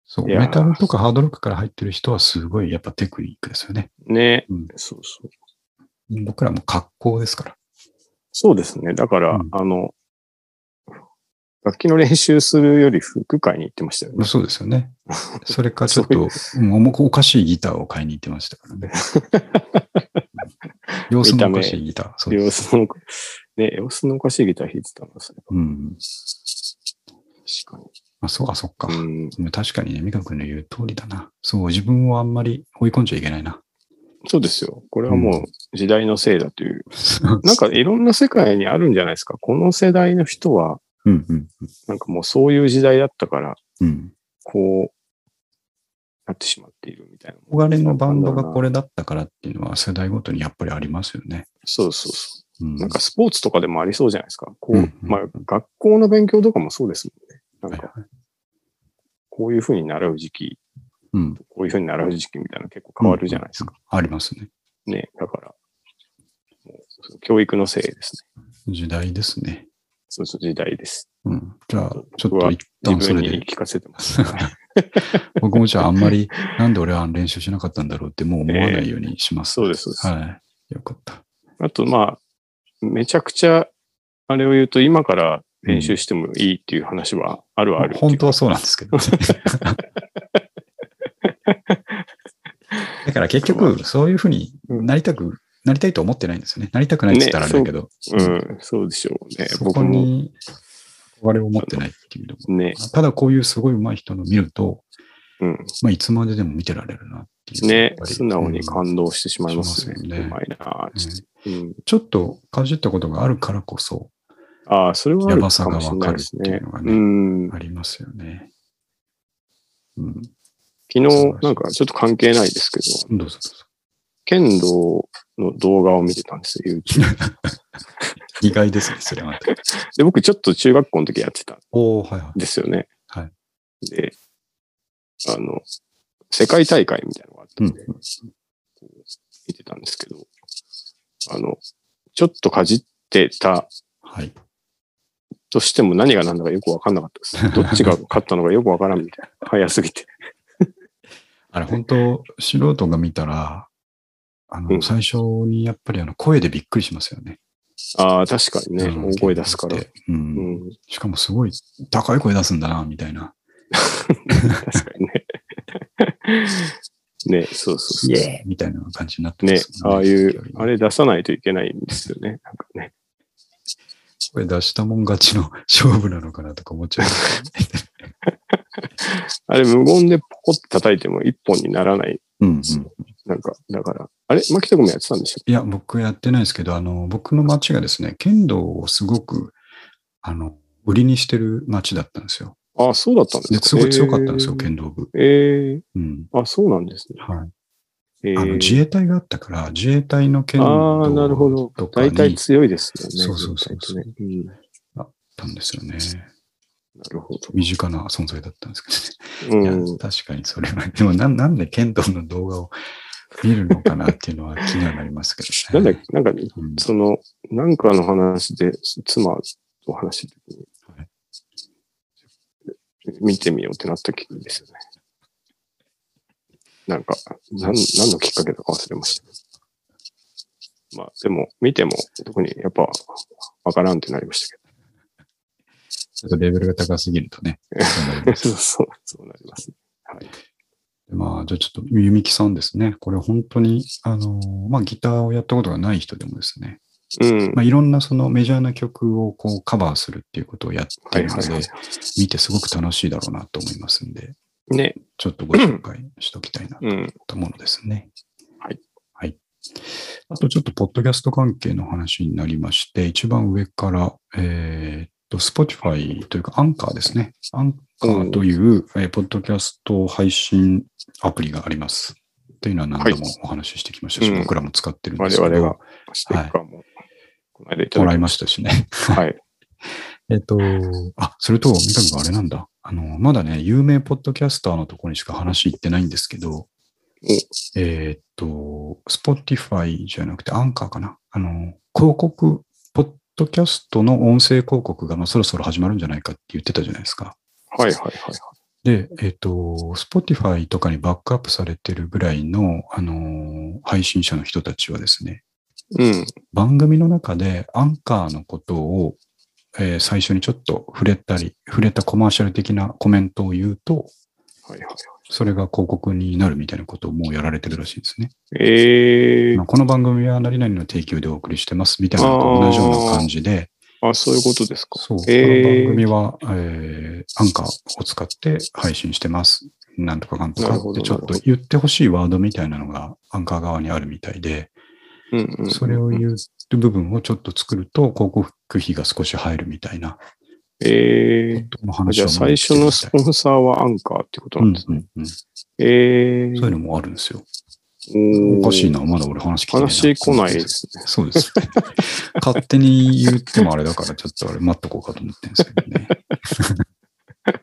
Speaker 1: そう、
Speaker 2: いやー
Speaker 1: メタルとかハードロックから入ってる人はすごいやっぱテクニックですよね。
Speaker 2: ね、
Speaker 1: うん
Speaker 2: そうそう。
Speaker 1: 僕らも格好ですから。
Speaker 2: そうですね。だから、
Speaker 1: うん
Speaker 2: あの、楽器の練習するより服買いに行ってましたよね。
Speaker 1: そうですよね。それかちょっと、うんおもおかしいギターを買いに行ってました からね。様子のおかしいギター。 そうで
Speaker 2: 様
Speaker 1: す。
Speaker 2: 子の、ね、様子のおかしいギター弾いてたんですね。
Speaker 1: うん。
Speaker 2: 確か
Speaker 1: あ、そう、あ、そっか。
Speaker 2: に。うん。
Speaker 1: でも確かにね、美香君の言う通りだな。そう、自分をあんまり追い込んじゃいけないな。
Speaker 2: そうですよ。これはもう時代のせいだという。
Speaker 1: そう
Speaker 2: なんかいろんな世界にあるんじゃないですか。この世代の人は、
Speaker 1: うんうん
Speaker 2: なんかもうそういう時代だったから、
Speaker 1: うん。
Speaker 2: こう、なってしまっているみたいな。
Speaker 1: 憧れのバンドがこれだったからっていうのは世代ごとにやっぱりありますよね。
Speaker 2: そうそうそうう。
Speaker 1: ん、
Speaker 2: なんかスポーツとかでもありそうじゃないですか。こう、
Speaker 1: うんうん
Speaker 2: まあ学校の勉強とかもそうですもん
Speaker 1: はい
Speaker 2: ね。なんか
Speaker 1: はい
Speaker 2: こういうふうに習う時期、
Speaker 1: うん、
Speaker 2: こういうふうに習う時期みたいなの結構変わるじゃないですか。
Speaker 1: ありますね。
Speaker 2: ね。だから、もうその教育のせいですね。
Speaker 1: 時代ですね。
Speaker 2: そうそう、時代です。
Speaker 1: うん、じゃあ、ちょっ
Speaker 2: 僕
Speaker 1: と
Speaker 2: は
Speaker 1: 一
Speaker 2: 自
Speaker 1: 旦そ
Speaker 2: 分
Speaker 1: れ
Speaker 2: に言
Speaker 1: で
Speaker 2: い。聞かせてます。
Speaker 1: 僕もじゃああんまり、なんで俺は練習しなかったんだろうってもう思わないようにします。
Speaker 2: そうです、そうです。
Speaker 1: はい。よかった。
Speaker 2: あと、まあ、めちゃくちゃ、あれを言うと、今から練習してもいいっていう話はあるはあるっていう
Speaker 1: 本当はそうなんですけ ど、ね。だから結局、そういうふうになりたく、なりたいと思ってないんですよね。なりたくないって言ったらあれだけど、
Speaker 2: うん、そうでしょうね。
Speaker 1: そ
Speaker 2: 僕
Speaker 1: こ
Speaker 2: も
Speaker 1: に憧れを持ってないっていうのも
Speaker 2: ね、
Speaker 1: ただこういうすごい上手い人の見ると、
Speaker 2: うん、
Speaker 1: まあ、いつまででも見てられるなっていう。やっ
Speaker 2: ね
Speaker 1: ぱ、り
Speaker 2: 素直に感動してしまいますね。
Speaker 1: しますよね
Speaker 2: うまいなあつって、うん
Speaker 1: ちょっとかじったことがあるからこそ、
Speaker 2: ああ、それはあ
Speaker 1: や
Speaker 2: る
Speaker 1: ばさ
Speaker 2: か
Speaker 1: が
Speaker 2: もしれ
Speaker 1: わ
Speaker 2: な
Speaker 1: か
Speaker 2: い
Speaker 1: る
Speaker 2: で
Speaker 1: っ
Speaker 2: す
Speaker 1: てい
Speaker 2: ね
Speaker 1: う。のが
Speaker 2: う
Speaker 1: ね、
Speaker 2: ん、
Speaker 1: ありますよね。うん。
Speaker 2: 昨日、なんかちょっと関係ないですけど、
Speaker 1: どうぞどうぞ。
Speaker 2: 剣道の動画を見てたんですよ、YouTube
Speaker 1: 意外ですね、それはまた。
Speaker 2: で、僕ちょっと中学校の時やってたん
Speaker 1: おおはいはい。
Speaker 2: ですよね。。
Speaker 1: はい
Speaker 2: で、あの、世界大会みたいなのがあったんで、こう見てたんですけど、あの、ちょっとかじってた
Speaker 1: はい。
Speaker 2: としても何が何だかよくわかんなかっ たです。どっちが勝ったのかよくわからんみたいな。早すぎて。
Speaker 1: あれ、本当素人が見たら、あの、
Speaker 2: うん
Speaker 1: 最初にやっぱりあの声でびっくりしますよね。
Speaker 2: ああ、確かにね、
Speaker 1: うん
Speaker 2: 大声出すから。
Speaker 1: う。
Speaker 2: うんん、
Speaker 1: しかもすごい高い声出すんだな、みたいな。
Speaker 2: 確かにね。ね、そうそうそう。
Speaker 1: みたいな感じになってま
Speaker 2: ね
Speaker 1: す、よ
Speaker 2: ああいう、あ
Speaker 1: れ
Speaker 2: れ出さないといけないんですよね。なんかね。
Speaker 1: 声出したもん勝ちの勝負なのかなとか思っちゃう。
Speaker 2: あれ無言でポコって叩いても一本にならない。
Speaker 1: うん、うん。
Speaker 2: なんか、だから、あれ牧田君もやってたんでし
Speaker 1: いや、僕やってないですけど、あの、僕の町がですね、剣道をすごく、あの、売りにしてる町だったんですよ。
Speaker 2: ょああ、そうだったんです
Speaker 1: で
Speaker 2: か
Speaker 1: すごい強かったんですよ、
Speaker 2: えー
Speaker 1: 剣道部。
Speaker 2: え
Speaker 1: うん。
Speaker 2: ー、あ、そうなんですね。
Speaker 1: はい。
Speaker 2: えー、
Speaker 1: あの、自衛隊があったから、自衛隊の剣
Speaker 2: ああ、なるほ
Speaker 1: 道
Speaker 2: ど
Speaker 1: と。かに
Speaker 2: 大体
Speaker 1: 行
Speaker 2: 強いですよね。
Speaker 1: そうそうそうそう
Speaker 2: 大体ねんな
Speaker 1: ったんですよね。
Speaker 2: るほど。
Speaker 1: 身近な存在だったんですけ
Speaker 2: う
Speaker 1: どね。い
Speaker 2: ん
Speaker 1: や、確かにそれは。でもなん、なんで剣道の動画を見るのかなっていうのは気にはなりますけど
Speaker 2: なん
Speaker 1: ね。
Speaker 2: だっけなんか、
Speaker 1: うん
Speaker 2: その、なんかの話で、妻と話してる時に
Speaker 1: は、
Speaker 2: 見てみようってなったきっかけですよね。なんか、なん何のきっかけだか忘れました。まあ、でも、見ても、特にやっぱ、わからんってなりました
Speaker 1: ちょっとレベルが高すぎるとね。そうなりま
Speaker 2: け
Speaker 1: す
Speaker 2: ど。 そう、そうなりますね。はい。
Speaker 1: まあ、じゃあちょっと、ゆみきさんですね。これ本当に、あのー、まあ、ギターをやったことがない人でもですね、
Speaker 2: うん。
Speaker 1: まあ、いろんなそのメジャーな曲をこうカバーするっていうことをやって
Speaker 2: はいい
Speaker 1: るの
Speaker 2: は
Speaker 1: で、
Speaker 2: いは
Speaker 1: 見てすごく楽しいだろうなと思いますんで、
Speaker 2: い。ね、
Speaker 1: ちょっとご紹介しときたいな
Speaker 2: うん。
Speaker 1: と思うのですね。
Speaker 2: はい。
Speaker 1: はい。あとちょっと、ポッドキャスト関係の話になりまして、一番上から、えーっと、Spotify というか、アンカーですね。アンカーという、えーポッドキャスト配信アプリがあります。というのは何度もお話ししてきましたし、
Speaker 2: うん
Speaker 1: 僕らも使ってるんで
Speaker 2: 我
Speaker 1: すけど、
Speaker 2: 々が、ステッカーも、この間いた
Speaker 1: も
Speaker 2: だ
Speaker 1: ら
Speaker 2: き
Speaker 1: い
Speaker 2: ま
Speaker 1: ま
Speaker 2: し
Speaker 1: したしね。
Speaker 2: た。はい。
Speaker 1: えっと、あ、それと、三上君あれなんだ。あの、まだね、有名ポッドキャスターのところにしか話行ってないんですけど、えーっと、Spotify じゃなくて、アンカーかな。あの、広告、ポッドキャストの音声広告が、まあ、そろそろ始まるんじゃないかって言ってたじゃないですか。
Speaker 2: はいはいはいはい。
Speaker 1: で、えっ、と、Spotify とかにバックアップされてるぐらいの、あのー配信者の人たちはですね、
Speaker 2: うん。
Speaker 1: 番組の中でアンカーのことを、えー最初にちょっと触れたり、触れたコマーシャル的なコメントを言うと、
Speaker 2: はいはい。
Speaker 1: それが広告になるみたいなことをもうやられてるらしいですね。
Speaker 2: ええ
Speaker 1: まあこの番組は何々の提供でお送りしてますみたいなのと同じような感じで、
Speaker 2: あ、そういうことですか。
Speaker 1: そう、こ
Speaker 2: え
Speaker 1: の番
Speaker 2: え
Speaker 1: 組は、えーアンカーを使って配信してます。なんとかなんとか
Speaker 2: なる
Speaker 1: っ
Speaker 2: ほ
Speaker 1: て
Speaker 2: ど
Speaker 1: ちょっと言ってほしいワードみたいなのがアンカー側にあるみたいで、
Speaker 2: うんうん、
Speaker 1: それを言う部分をちょっと作ると広告費が少し入るみたいな
Speaker 2: ええ
Speaker 1: の
Speaker 2: あ
Speaker 1: 話
Speaker 2: じ
Speaker 1: を
Speaker 2: ゃあ最初のスポンサーはアンカーってことなんですね。
Speaker 1: うんうんうんそ
Speaker 2: ええ
Speaker 1: ういうのもあるんですよ。
Speaker 2: お
Speaker 1: おかしい
Speaker 2: な。
Speaker 1: な。まだ俺話聞いてないな。
Speaker 2: 話来ないですね。
Speaker 1: そうです。勝手に言ってもあれだから、ちょっとあれ待っとこうかと思ってるんですけどね。
Speaker 2: 確か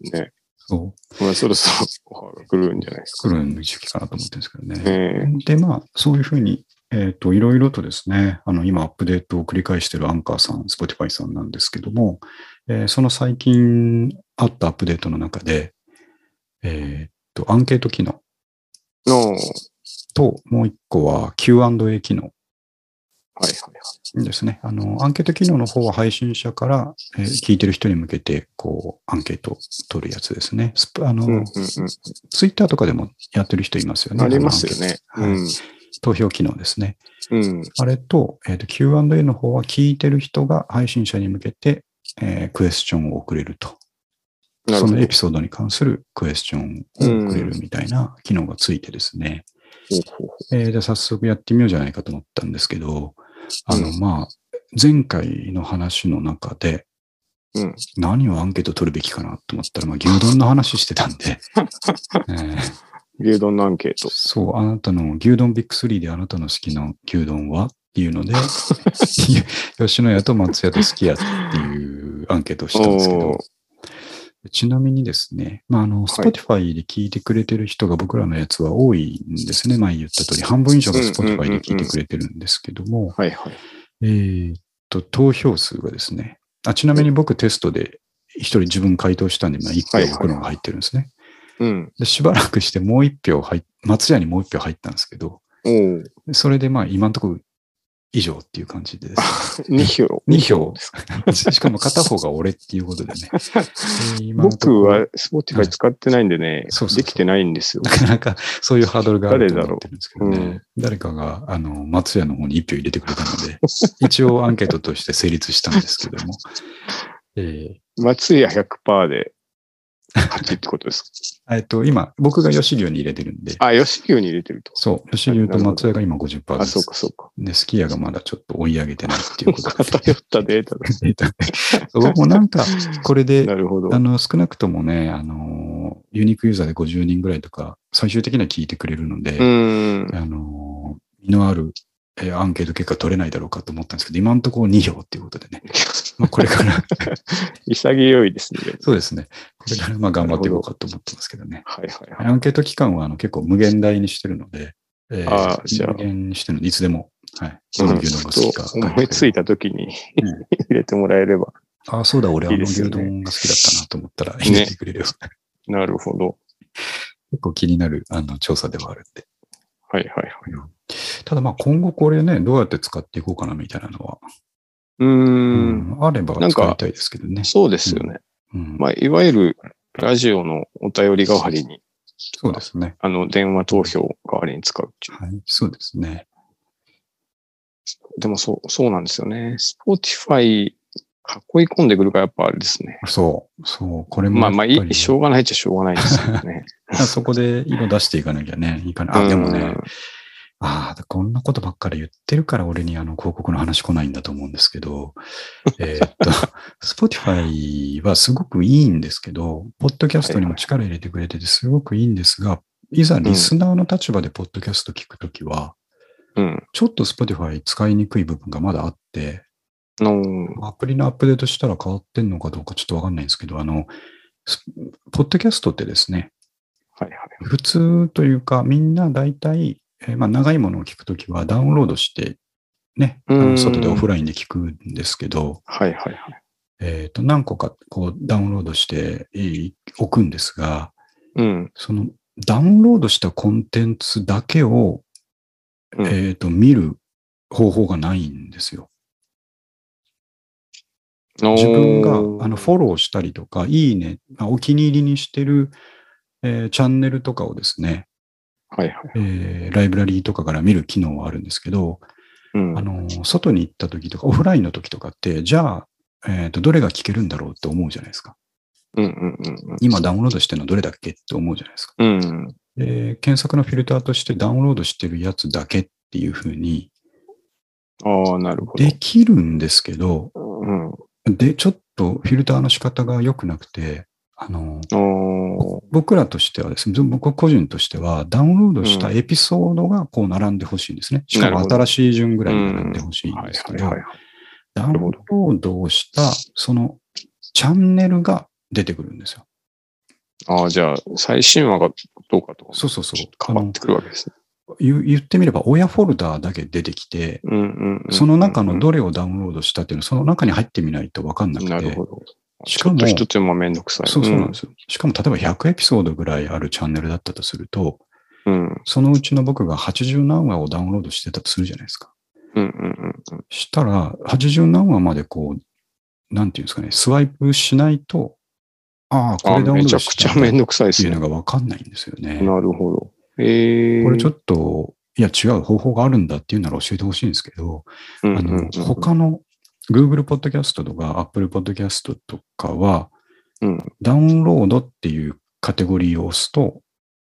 Speaker 2: にね。
Speaker 1: そう、
Speaker 2: まあ、そろそろオファーが来るんじゃないですか。
Speaker 1: 作るの時期かなと思ってるんですけどね。
Speaker 2: え
Speaker 1: で、まあ、そういうふうに、えっ、と、いろいろとですね、あの、今アップデートを繰り返しているアンカーさん、Spotify さんなんですけども、えーその最近あったアップデートの中で、えっ、と、アンケート機能
Speaker 2: えの、はいはい
Speaker 1: と、もう一個は Q&A 機能
Speaker 2: はい。
Speaker 1: ですね。あの、アンケート機能の方は配信者から、えー聞いてる人に向けて、こう、アンケートを取るやつですね。スプあの、
Speaker 2: うんうん
Speaker 1: ツイッターとかでもやってる人いますよ
Speaker 2: うん。
Speaker 1: ね。
Speaker 2: ありますよね。
Speaker 1: あのアンケート。投票機能ですね。
Speaker 2: うん。うん。
Speaker 1: あれと、えーと Q&A の方は聞いてる人が配信者に向けて、えークエスチョンを送れると。
Speaker 2: なる
Speaker 1: そ
Speaker 2: ほど
Speaker 1: のエ。ピソードに関するクエスチョンを送れるみたいな機能がついてですね。
Speaker 2: ほうほう
Speaker 1: えーじゃあ早速やってみようじゃないかと思ったんですけど、あの、
Speaker 2: う
Speaker 1: まあ、前回の話の中で、
Speaker 2: うん
Speaker 1: 何をアンケート取るべきかなと思ったら、まあ、牛丼の話してたん で、えー
Speaker 2: 牛丼のアンケート。
Speaker 1: そう、あなたの牛丼ビッグ3であなたの好きな牛丼はっていうの で、吉野家と松屋と好き家っていうアンケートをしたんですけ
Speaker 2: お
Speaker 1: ど
Speaker 2: ー、
Speaker 1: ちなみにですね、まあ、あの、
Speaker 2: はい
Speaker 1: Spotify で聞いてくれてる人が僕らのやつは多いんですね。前言った通り、半分以上が
Speaker 2: うんうんうんうん
Speaker 1: Spotify で聞いてくれてるんですけども、
Speaker 2: はいはい。
Speaker 1: えーっと、投票数がですね、あちなみに僕テストで一人自分回答したんで、まあ、一票
Speaker 2: はいはい
Speaker 1: 僕のが入ってるんですね。
Speaker 2: うん。
Speaker 1: で、しばらくしてもう一票入っ、松屋にもう一票入ったんですけど、
Speaker 2: お お。
Speaker 1: それでまあ今のところ以上っていう感じでです、
Speaker 2: 2票。
Speaker 1: 2票。しかも片方が俺っていうことで ね。今のとこ
Speaker 2: 僕
Speaker 1: ろ
Speaker 2: は Spotify 使ってないんでね、
Speaker 1: そうそうそう
Speaker 2: できてないんですよ。
Speaker 1: なかなかそういうハードルがあると
Speaker 2: 誰だ
Speaker 1: 思
Speaker 2: ろ
Speaker 1: っ
Speaker 2: う
Speaker 1: てるんですけどね。
Speaker 2: うん
Speaker 1: 誰かが、あの、松屋の方に一票入れてくれたので、 一応アンケートとして成立したんですけど も。えー
Speaker 2: 松屋100%で8ってことです。
Speaker 1: えっと、今、僕が吉牛に入れてるんで、
Speaker 2: あ、吉牛に入れてると。
Speaker 1: そう、吉牛と松屋が今50%
Speaker 2: あ、
Speaker 1: で
Speaker 2: そう
Speaker 1: す。
Speaker 2: かそうか。
Speaker 1: で、スキヤがまだちょっと追い上げてないっていうことで。
Speaker 2: 偏ったデータだ。
Speaker 1: データ僕もなんか、これで、
Speaker 2: なるほど。
Speaker 1: あの、少なくともね、あの、ユニークユーザーで50人ぐらいとか、最終的には聞いてくれるので、
Speaker 2: うん。
Speaker 1: あの、身のある、えーアンケート結果取れないだろうかと思ったんですけど、今のところ2票っていうことで ね、まあ、これから、
Speaker 2: 潔いですね。
Speaker 1: そうですね、これからまあ頑張っていこうかと思ってますけどね。
Speaker 2: はいはいはい。
Speaker 1: アンケート期間はあの結構無限大にしてるので、えー
Speaker 2: あーじゃあ
Speaker 1: 無限にしてるので、いつでも、はい、ど
Speaker 2: う
Speaker 1: の
Speaker 2: ん、
Speaker 1: 牛丼が
Speaker 2: ふ
Speaker 1: 好き
Speaker 2: と
Speaker 1: か。
Speaker 2: 思いついた時に
Speaker 1: うん
Speaker 2: 入れてもらえれば。
Speaker 1: ああ、そうだ、俺あ
Speaker 2: いい
Speaker 1: の
Speaker 2: ですよ
Speaker 1: 牛
Speaker 2: ね
Speaker 1: 丼が好きだったなと思ったら入れてくれるよ。
Speaker 2: なるほど。
Speaker 1: 結構気になるあの調査ではあるんで。
Speaker 2: はいはいはい。
Speaker 1: ただまあ今後これね、どうやって使っていこうかなみたいなのは、
Speaker 2: う。
Speaker 1: うんんあれば
Speaker 2: なんか
Speaker 1: 使いたいですけどね。
Speaker 2: そうですよね。
Speaker 1: うん
Speaker 2: まあ、いわゆるラジオのお便り代わりに、
Speaker 1: そうですね。
Speaker 2: あの、電話投票代わりに使うっていう
Speaker 1: はい、そうですね。
Speaker 2: でもそう、そうなんですよね。Spotify 囲い込んでくるからやっぱあれですね。
Speaker 1: そう、そう、これも
Speaker 2: ま
Speaker 1: や
Speaker 2: あ
Speaker 1: っぱ
Speaker 2: まあ
Speaker 1: りね、
Speaker 2: いい、しょうがないっちゃしょうがないですよね。
Speaker 1: そこで色出していかなきゃね、いいか な。あ、でも
Speaker 2: う
Speaker 1: ね
Speaker 2: ん、
Speaker 1: ああ、こんなことばっかり言ってるから俺にあの広告の話来ないんだと思うんですけ ど、えーっと、Spotify はすごくいいんですけど、ポッドキャストにも力入れてくれててすごくいいんですが、いざリスナーの立場でポッドキャスト聞くときは、
Speaker 2: うん。
Speaker 1: ちょっと Spotify 使いにくい部分がまだあって、
Speaker 2: の
Speaker 1: アプリのアップデートしたら変わってんのかどうかちょっとわかんないんですけど、あの、スポッドキャストってですね、
Speaker 2: はいはい。
Speaker 1: 普通というか、みんな大体、えーまあ、長いものを聞くときはダウンロードして、ね、あ
Speaker 2: う
Speaker 1: の
Speaker 2: ん
Speaker 1: 外でオフラインで聞くんですけど、
Speaker 2: はいはいはい。
Speaker 1: えっ、と、何個かこうダウンロードしてえーおくんですが、
Speaker 2: うん。
Speaker 1: そのダウンロードしたコンテンツだけを、
Speaker 2: うん
Speaker 1: えっ、と、見る方法がないんですよ。自分があのフォローしたりとか、いいね、あお気に入りにしてる、えーチャンネルとかをですね、
Speaker 2: はいはい。
Speaker 1: えーライブラリーとかから見る機能はあるんですけど、
Speaker 2: うん。
Speaker 1: あのー外に行った時とか、オフラインの時とかって、じゃあ、えーとどれが聞けるんだろうって思うじゃないですか。
Speaker 2: うんうんうん
Speaker 1: 今ダウンロードしてるのどれだっけって思うじゃないですか。
Speaker 2: うん。うん。
Speaker 1: で検索のフィルターとしてダウンロードしてるやつだけっていうふうに
Speaker 2: ああ、なるほど
Speaker 1: で。きるんですけど、
Speaker 2: うん。あ
Speaker 1: で、ちょっとフィルターの仕方が良くなくて、あのー
Speaker 2: あー。
Speaker 1: 僕らとしてはですね、僕個人としては、ダウンロードしたエピソードがこう並んでほしいんですね。しかも
Speaker 2: なるほど
Speaker 1: 新しい順ぐらいに並んでほしいん
Speaker 2: はい
Speaker 1: ですけ
Speaker 2: はい
Speaker 1: ど
Speaker 2: は、い。
Speaker 1: ダウンロードをしたそのチャンネルが出てくるんですよ。
Speaker 2: ああ、じゃあ、最新話がどうかとか、
Speaker 1: そうそうそう。
Speaker 2: 変わってくるわけですね。
Speaker 1: あの言言ってみれば、親フォルダーだけ出てきて、
Speaker 2: うんうんうん。
Speaker 1: その中のどれをダウンロードしたっていうのは、その中に入ってみないとわかんなくて。
Speaker 2: なるほど。
Speaker 1: しかも
Speaker 2: ちょっと一つもめんどくさい。
Speaker 1: そうそうなんですよ。しかも、例えば100エピソードぐらいあるチャンネルだったとすると、
Speaker 2: うん。うん
Speaker 1: そのうちの僕が80何話をダウンロードしてたとするじゃないですか。
Speaker 2: うんうんうん。
Speaker 1: したら、80何話までこう、なんていうんですかね、スワイプしないと、ああ、こ
Speaker 2: あ
Speaker 1: れダウンロ
Speaker 2: め
Speaker 1: ー
Speaker 2: ち
Speaker 1: ド
Speaker 2: ゃく
Speaker 1: し
Speaker 2: ち
Speaker 1: た
Speaker 2: ゃ
Speaker 1: んだ
Speaker 2: め
Speaker 1: っ
Speaker 2: んどくさいで
Speaker 1: てい
Speaker 2: す
Speaker 1: う
Speaker 2: ね
Speaker 1: の。がわかんないんですよね。
Speaker 2: なるほど。ええ。
Speaker 1: これちょ
Speaker 2: っ
Speaker 1: っと、いや、違う方法があるんだっていうなら教えてほしいんですけど、
Speaker 2: と、
Speaker 1: あの、他の Google Podcast とか Apple Podcast とかは、
Speaker 2: うん
Speaker 1: ダウンロードっていうカテゴリーを押すと、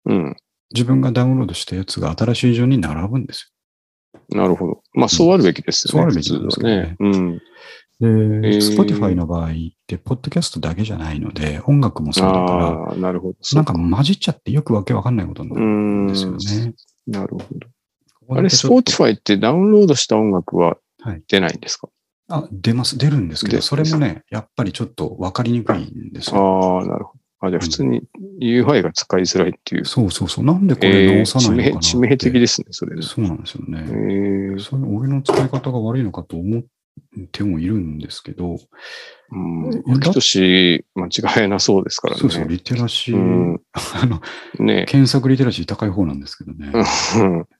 Speaker 2: うん。
Speaker 1: 自分がダウンロードしたやつが新しい順に並ぶんですよ。
Speaker 2: なるほど。まあ、そうあるべきですよね。
Speaker 1: うんそうあるべきですよね
Speaker 2: 普通はね。
Speaker 1: で、
Speaker 2: ー
Speaker 1: Spotify の場合って、ポッドキャストだけじゃないので、音楽も
Speaker 2: うん。
Speaker 1: そうだか
Speaker 2: ああ、なるほど。
Speaker 1: ら、なんか混じっちゃってよくわけわかんないことにな
Speaker 2: う
Speaker 1: るん
Speaker 2: ん。
Speaker 1: ですよね。
Speaker 2: なるほど。
Speaker 1: ここ
Speaker 2: あ
Speaker 1: だ
Speaker 2: れ、
Speaker 1: けちょっと
Speaker 2: Spotify ってダウンロードした音楽は
Speaker 1: はい
Speaker 2: 出ないんですか、
Speaker 1: あ、出ます、出るんですけど、
Speaker 2: で
Speaker 1: それもね、やっぱりちょっとわかりにくいんですよ。
Speaker 2: ああ、なるほど。あ、じゃあ普通に UI が使いづらいっていう。
Speaker 1: そうそうそう。なんでこれ
Speaker 2: えー
Speaker 1: 直さないのかなって、
Speaker 2: 致命。致命的ですね、それね。
Speaker 1: そうなんですよ
Speaker 2: え
Speaker 1: ね。
Speaker 2: ー
Speaker 1: それ俺の使い方が悪いのかと思ってもいるんですけど、
Speaker 2: うん。秋年、間違いなそうですからね。
Speaker 1: そうそう、リテラシー、
Speaker 2: うん
Speaker 1: あの、
Speaker 2: ね
Speaker 1: 検索リテラシー高い方なんですけどね。
Speaker 2: うん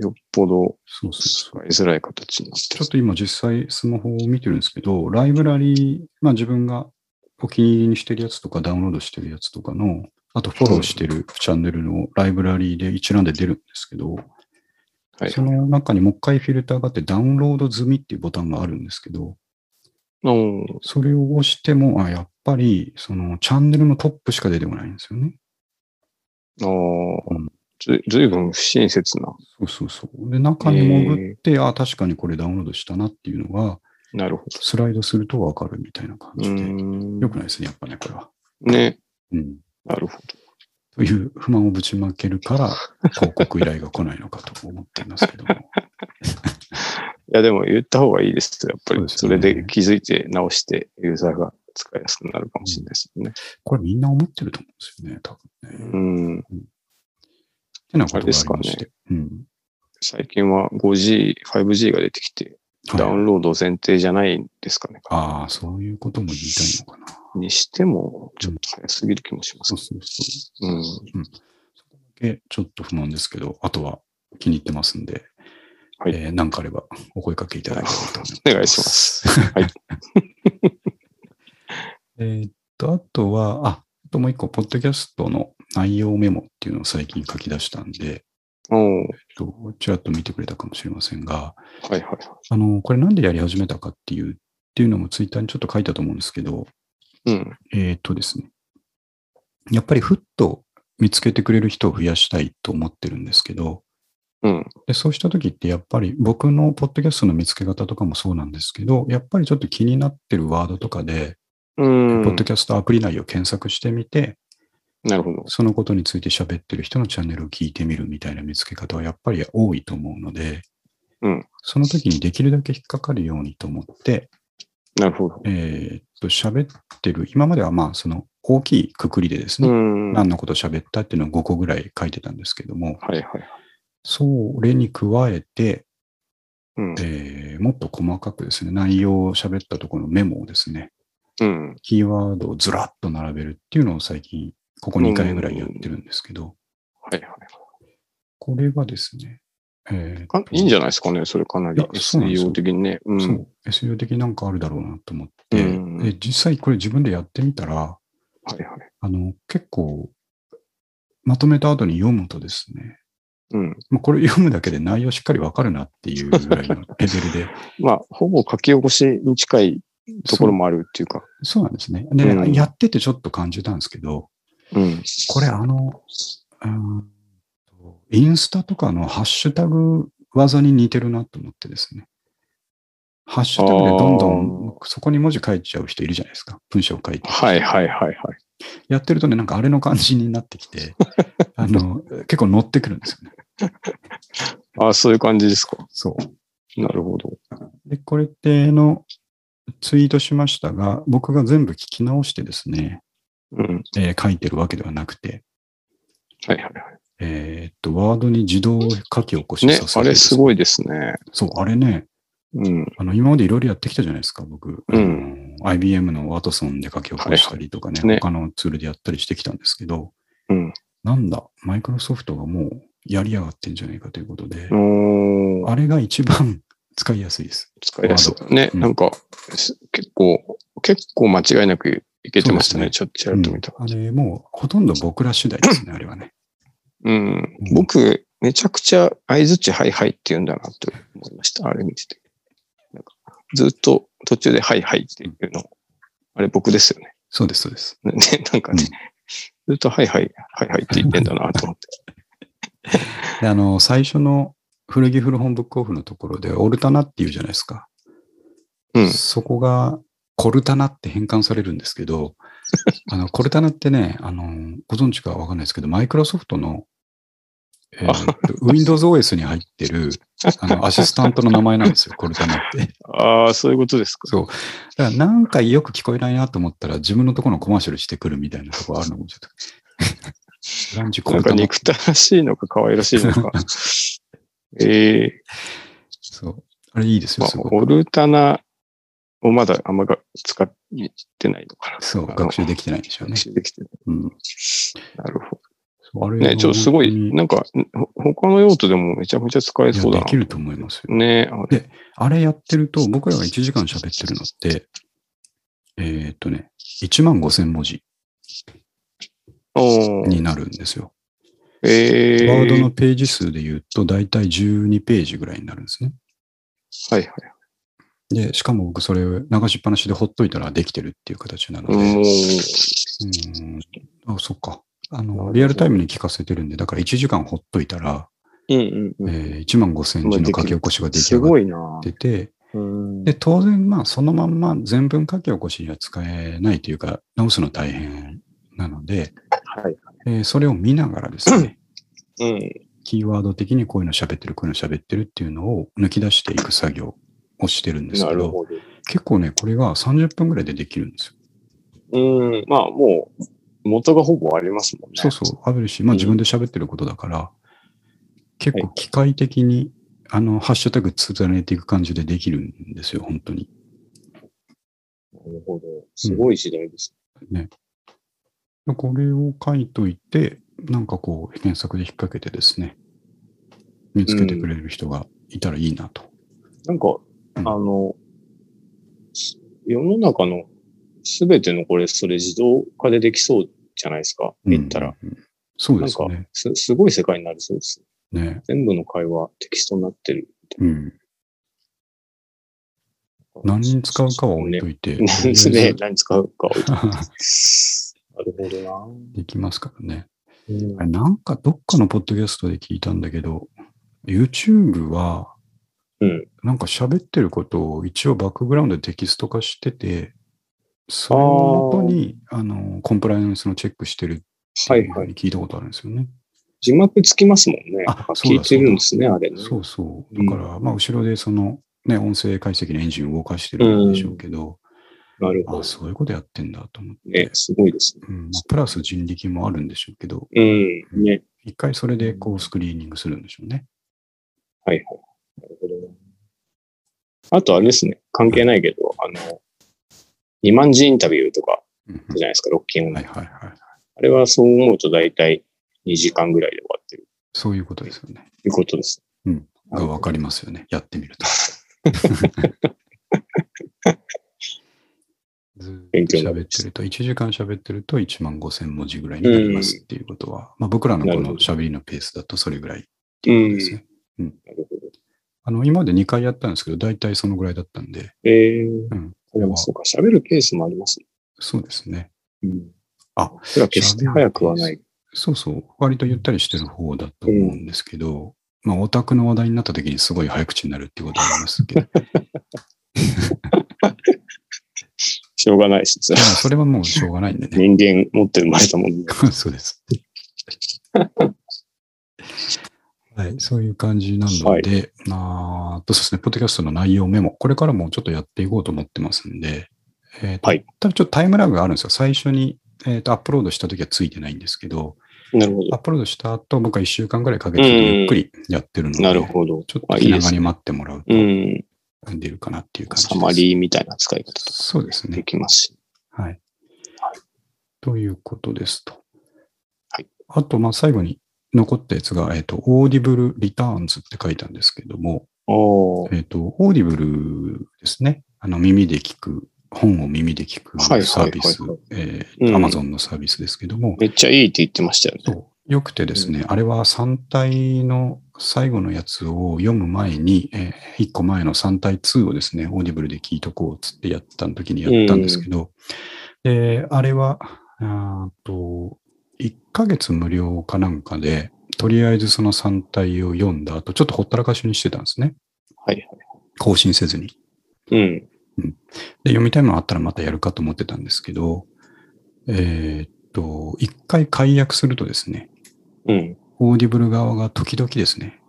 Speaker 2: よっぽど
Speaker 1: そうそうそう
Speaker 2: 使。いづらい形になって
Speaker 1: ちょ
Speaker 2: る
Speaker 1: っ。と今実際スマホを見てるんですけど、ライブラリー、まあ自分がお気に入りにしてるやつとかダウンロードしてるやつとかの、あとフォローしてるチャンネルのライブラリーで一覧で出るんですけど、
Speaker 2: はい
Speaker 1: そ。の中にもう一回フィルターがあってダウンロード済みっていうボタンがあるんですけど、
Speaker 2: うん
Speaker 1: それを押しても、あやっぱりそのチャンネルのトップしか出てこないんですよね。
Speaker 2: あー
Speaker 1: うん
Speaker 2: ずずいぶん不親切な。
Speaker 1: そうそうそう。で、中に潜って、あ確かにこれダウンロードしたなっていうのが、
Speaker 2: なるほど。
Speaker 1: スライドするとわかるみたいな感
Speaker 2: う
Speaker 1: じで、
Speaker 2: ん
Speaker 1: よ。くないですね、やっぱね、これは。
Speaker 2: ね。
Speaker 1: うん
Speaker 2: なるほど。
Speaker 1: という不満をぶちまけるから、広告依頼が来ないのかと思っていますけ ども。
Speaker 2: いや、でも言った方がいいですよやっぱり。
Speaker 1: そ
Speaker 2: そう
Speaker 1: です
Speaker 2: れ
Speaker 1: ね
Speaker 2: で気づいて直して、ユーザーが使いやすくなるかもしれないですよね。
Speaker 1: これみんな思ってると思うんですよね、多分ね。っ
Speaker 2: うん。
Speaker 1: てなことがありまして。うん
Speaker 2: 最近は 5G、5G が出てきて、
Speaker 1: はい
Speaker 2: ダウンロード前提じゃないんですかね。
Speaker 1: ああ、そういうことも言いたいのかな。
Speaker 2: にしても、ちょっと早すぎる気もします
Speaker 1: そう
Speaker 2: け
Speaker 1: そうそ
Speaker 2: ど。うん。
Speaker 1: う。でちょっと不満ですけど、あとは気に入ってますんで、
Speaker 2: はい
Speaker 1: えー何かあればお声かけいただければと思います。
Speaker 2: お願いします。はい。
Speaker 1: えーっと、あとは、あ、あともう一個、ポッドキャストの内容メモっていうのを最近書き出したんで、
Speaker 2: うん。
Speaker 1: えっとちらっと見てくれたかもしれませんが、
Speaker 2: はいは
Speaker 1: あの、これなんでやり始めたかっていう、っていうのもツイッターにちょっと書いたと思うんですけど、
Speaker 2: い。うん。
Speaker 1: えっ、とですね。やっぱりふっと見つけてくれる人を増やしたいと思ってるんですけど、
Speaker 2: うん。
Speaker 1: でそうした時ってやっぱり僕のポッドキャストの見つけ方とかもそうなんですけど、やっぱりちょっと気になってるワードとかで、
Speaker 2: うん。
Speaker 1: ポッドキャストアプリ内を検索してみて、
Speaker 2: なるほど。
Speaker 1: そのことについて喋ってる人のチャンネルを聞いてみるみたいな見つけ方はやっぱり多いと思うので、
Speaker 2: うん
Speaker 1: その時にできるだけ引っかかるようにと思って、
Speaker 2: なるほど。
Speaker 1: えーっと、喋ってる、今まではまあ、その大きいくくりでですね、
Speaker 2: うん。はい
Speaker 1: 何のことを喋ったっていうのを5個ぐらい書いてたんですけども、
Speaker 2: はい。
Speaker 1: それに加えて、
Speaker 2: うん。
Speaker 1: えーもっと細かくですね、内容を喋ったところのメモをですね、
Speaker 2: うん。
Speaker 1: キーワードをずらっと並べるっていうのを最近、ここ2回ぐらいやってるんですけど、
Speaker 2: はいはい。
Speaker 1: これがですね、えー
Speaker 2: かいいんじゃないですかね、それかないり
Speaker 1: やそうなんですよ
Speaker 2: SEO 的にね。う
Speaker 1: そ
Speaker 2: ん。
Speaker 1: う、SEO 的なんかあるだろうなと思って、
Speaker 2: うん
Speaker 1: で実際これ自分でやってみたら、
Speaker 2: はいはい。
Speaker 1: あの、結構、まとめた後に読むとですね、
Speaker 2: うん。
Speaker 1: まあこれ読むだけで内容しっかりわかるなっていうぐらいのレベルで、
Speaker 2: まあ、ほぼ書き起こしに近い ところもあるっていうか。
Speaker 1: そうなんですね。で、
Speaker 2: うん
Speaker 1: やっててちょっと感じたんですけど、
Speaker 2: うん。
Speaker 1: これあの、うーんとインスタとかのハッシュタグ技に似てるなと思ってですね。ハッシュタグでどんどんそこに文字書いちゃう人いるじゃないですか。文章書いて。
Speaker 2: はいはいはいはい。
Speaker 1: やってるとね、なんかあれの感じになってき て、あの、結構乗ってくるんですよね。
Speaker 2: ああ、そういう感じですか。
Speaker 1: そう。
Speaker 2: なるほど。
Speaker 1: で、これってのツイートしましたが、僕が全部聞き直してですね、
Speaker 2: うん。
Speaker 1: えー書いてるわけではなくて、
Speaker 2: はいはいは
Speaker 1: えーっと、ワードに自動書き起こ
Speaker 2: い。
Speaker 1: し
Speaker 2: ね
Speaker 1: さ、せ
Speaker 2: あ
Speaker 1: る
Speaker 2: れすご
Speaker 1: い。
Speaker 2: いですね。
Speaker 1: そう、あれね、
Speaker 2: うん。
Speaker 1: あの、今までいろいろやってきたじゃないですか、僕。
Speaker 2: う
Speaker 1: あの IBM のワトソンで書き起こしたりとかね、
Speaker 2: はいはいね
Speaker 1: 他のツールでやったりしてきたんですけど、
Speaker 2: うん
Speaker 1: なんだ、マイクロソフトがもうやりやがってんじゃないかということで、
Speaker 2: うーん。
Speaker 1: あれが一番 使いやすいです。
Speaker 2: 使いやすい。ね、
Speaker 1: うん
Speaker 2: なんか、す結構、結構間違いなくいけてましたね。ちょっとちらっと
Speaker 1: う
Speaker 2: 見
Speaker 1: ん
Speaker 2: た感
Speaker 1: あ
Speaker 2: じ。
Speaker 1: れ、もうほとんど僕ら次第ですね、あれはね。
Speaker 2: うん
Speaker 1: うん。
Speaker 2: 僕、めちゃくちゃ相づちはいはいって言うんだなと思いました。あれ見てて。なんかずっと途中ではいはいっていうの。あれ僕ですよね。
Speaker 1: そうです、そうです。
Speaker 2: ね、なんかね、ずっとはいはい、はいはいって言ってんだなと思って。
Speaker 1: で、あの、最初の古着古本ブックオフのところで、オルタナっていうじゃないですか。
Speaker 2: うん
Speaker 1: そこが、コルタナって変換されるんですけ ど、あの、コルタナってね、あの、ご存知かわかんないですけど、マイクロソフトの、えー
Speaker 2: あ
Speaker 1: と Windows OS に入ってる、あ の、アシスタントの名前なんですよ、コルタナって。だか
Speaker 2: ああ、そういうことですか。
Speaker 1: そうら、なんかよく聞こえないなと思ったら、自分のところのコマーシャルしてくるみたいなとこあるのもちょっと。 ランチコ
Speaker 2: なん
Speaker 1: ル
Speaker 2: か
Speaker 1: タナ。
Speaker 2: 憎たらしいのか可愛らしいのか。ええ
Speaker 1: そう。あれいいですよ、
Speaker 2: まあ
Speaker 1: すご、く。
Speaker 2: オルタナをまだあんまが使ってないのかな。
Speaker 1: そう、
Speaker 2: あの
Speaker 1: 学習できてないんでしょうね
Speaker 2: 学。習できてない。
Speaker 1: うん。
Speaker 2: なるほ
Speaker 1: そうあれ
Speaker 2: ど。ね、ちょっとすごい、
Speaker 1: 本
Speaker 2: なんか、ほ他の用途でもめちゃめちゃ使え
Speaker 1: 当に
Speaker 2: そう
Speaker 1: い
Speaker 2: だ
Speaker 1: やでき
Speaker 2: な。
Speaker 1: ると思いますよ。
Speaker 2: ね、あれ。
Speaker 1: あれやってると、僕らが1時間喋ってるのって、えーっとね、1万5千文字
Speaker 2: おー
Speaker 1: になるんですよ。
Speaker 2: ええ
Speaker 1: ワードのページ数で言うと、だいたい12ページぐらいになるんですね。
Speaker 2: はいはい。
Speaker 1: で、しかも僕それ流しっぱなしでほっといたらできてるっていう形なので、
Speaker 2: もう、
Speaker 1: うんあ、そっか。あ
Speaker 2: るほ
Speaker 1: の、
Speaker 2: ど
Speaker 1: リアルタイムに聞かせてるんで、だから1時間ほっといたら、
Speaker 2: うんうんうん。
Speaker 1: えー1万5千字の書き起こしが出来
Speaker 2: す
Speaker 1: 上が
Speaker 2: ご
Speaker 1: っ
Speaker 2: いな
Speaker 1: てて、
Speaker 2: うん
Speaker 1: で、当然、まあ、そのまんま全文書き起こしには使えないというか、直すの大変なので、
Speaker 2: はい。
Speaker 1: えーそれを見ながらですね、
Speaker 2: うん。
Speaker 1: キーワード的にこういうの喋ってる、こういうの喋ってるっていうのを抜き出していく作業をしてるんです
Speaker 2: な
Speaker 1: け
Speaker 2: る
Speaker 1: ど、
Speaker 2: ほど。
Speaker 1: 結構ね、これが30分ぐらいでできるんですよ。
Speaker 2: うん。まあもう、元がほぼありますもんね。
Speaker 1: そうそう、あるし、まあ
Speaker 2: うん
Speaker 1: 自分で喋ってることだから、結構機械的に、あの、ハッシュタグつねていく感じでできるんですよ、本当に。
Speaker 2: なるほど。すごい時代です。
Speaker 1: これを書いといて、なんかこう、検索で引っ掛けてですね、見つけてくれる人がいたらいいなと。
Speaker 2: なんか、あの、し世の中のすべてのこれ、それ自動化でできそうじゃないですか。
Speaker 1: うん
Speaker 2: 言ったら。。
Speaker 1: うんそう
Speaker 2: な
Speaker 1: で
Speaker 2: ん
Speaker 1: す
Speaker 2: か
Speaker 1: ね。
Speaker 2: す、すごい世界になりそうです。
Speaker 1: ね。
Speaker 2: 全部の会話、テキストになってる。
Speaker 1: うん。何に使うかは置い
Speaker 2: ね
Speaker 1: と。いて、とりあえ
Speaker 2: 何
Speaker 1: ず
Speaker 2: すね、何使うかは置いといて。なるほ
Speaker 1: できますからね。
Speaker 2: ど
Speaker 1: あれ
Speaker 2: な。
Speaker 1: なんかどっかのポッドキャストで聞いたんだけど、YouTube は、
Speaker 2: うん
Speaker 1: なんか喋ってることを一応バックグラウンドでテキスト化してて、それをもとにあのコンプライアンスのチェックしてるって
Speaker 2: はいいう
Speaker 1: ふ
Speaker 2: は
Speaker 1: う
Speaker 2: い。
Speaker 1: に聞いたことあるんですよね。
Speaker 2: 字幕つきますもんね。
Speaker 1: あそう
Speaker 2: 聞
Speaker 1: だ
Speaker 2: いてるんですね、あれね。
Speaker 1: そうそう。
Speaker 2: う
Speaker 1: だ
Speaker 2: ん
Speaker 1: から、まあ、後ろでその、ね、音声解析のエンジンを動かしてるんでしょうけど、
Speaker 2: なるほ
Speaker 1: あ
Speaker 2: ど。
Speaker 1: そういうことやってんだと思って、
Speaker 2: ね、すごいですね。
Speaker 1: うんまあプラス人力もあるんでしょうけど、
Speaker 2: うん。ね。
Speaker 1: 一回それでこうスクリーニングするんでしょうね。
Speaker 2: なるほどな。あとあれですね、関係ないけど、あの、二万字インタビューとか、
Speaker 1: うん
Speaker 2: じゃないですか、ロッキン
Speaker 1: は
Speaker 2: の
Speaker 1: い。はいはい。
Speaker 2: あれはそう思うと大体2時間ぐらいで終わってる
Speaker 1: そういうことですよね。
Speaker 2: ということです。
Speaker 1: がわかりますよね。やってみると。ずーっと喋ってると、1時間喋ってると1万5千文字ぐらいになりますっていうことは、まあ、僕らのこ
Speaker 2: なる
Speaker 1: の
Speaker 2: ほど
Speaker 1: 喋りのペースだとそれぐらいっていうことですね。
Speaker 2: なるほど。
Speaker 1: あの、今まで2回やったんですけど、大体そのぐらいだったんで、
Speaker 2: え
Speaker 1: ん
Speaker 2: ー、これはそうか、喋るケースもありますね。
Speaker 1: そうですね。
Speaker 2: うん。
Speaker 1: あ、
Speaker 2: それは決して早くはない。
Speaker 1: そうそう、割とゆったりしてる方だと思うんですけど、まあ、オタクの話題になった時にすごい早口になるっていうことはありますけ ど、
Speaker 2: しょうがないし、それ
Speaker 1: まあ
Speaker 2: は
Speaker 1: それはもうしょうがないんでね。
Speaker 2: 人間持って生まれたもんね。
Speaker 1: そうです。はい、そういう感じな
Speaker 2: は
Speaker 1: の
Speaker 2: い
Speaker 1: で、あーとそうですね、ポッドキャストの内容メモ、これからもちょっとやっていこうと思ってますんで、えーと
Speaker 2: はい
Speaker 1: 多分ちょっとタイムラグがあるんですよ。最初に、えーとアップロードした時はついてないんですけど、
Speaker 2: なるほ
Speaker 1: ア
Speaker 2: ど。
Speaker 1: ップロードした後、僕は1週間ぐらいかけてゆっくりやってるので、
Speaker 2: なるほど。
Speaker 1: ちょっ
Speaker 2: あ
Speaker 1: と
Speaker 2: い
Speaker 1: 気
Speaker 2: いです
Speaker 1: 長
Speaker 2: ね
Speaker 1: に待ってもらうと
Speaker 2: うん。
Speaker 1: 出るかなっていう感じです。
Speaker 2: サマリーみたいな使い方とか
Speaker 1: そうですね
Speaker 2: で。きますし。
Speaker 1: はい。ということですと。
Speaker 2: はい
Speaker 1: あと、まあ、最後に残ったやつが、えっ、と、オーディブルリターンズって書いたんですけども、
Speaker 2: おー
Speaker 1: えっ、と、オーディブルですね。あの、耳で聞く、本を耳で聞く
Speaker 2: はいはいはいはい
Speaker 1: サービス、え
Speaker 2: う
Speaker 1: ー、
Speaker 2: ん
Speaker 1: アマゾンのサービスですけども、
Speaker 2: めっちゃいいって言ってましたよね。
Speaker 1: そう。よくてですね、あれは3体の最後のやつを読む前に、え1個前の3体2をですね、オーディブルで聞いとこうっつってやった時にやったんですけど、で、あれは、あーっと、1ヶ月無料かなんかで、とりあえずその3体を読んだ後、ちょっとほったらかしにしてたんですね。
Speaker 2: はい
Speaker 1: 更新せずに。
Speaker 2: うん。
Speaker 1: で、読みたいものあったらまたやるかと思ってたんですけど、えーっと、1回解約するとですね、
Speaker 2: うん。
Speaker 1: オーディブル側が時々ですね、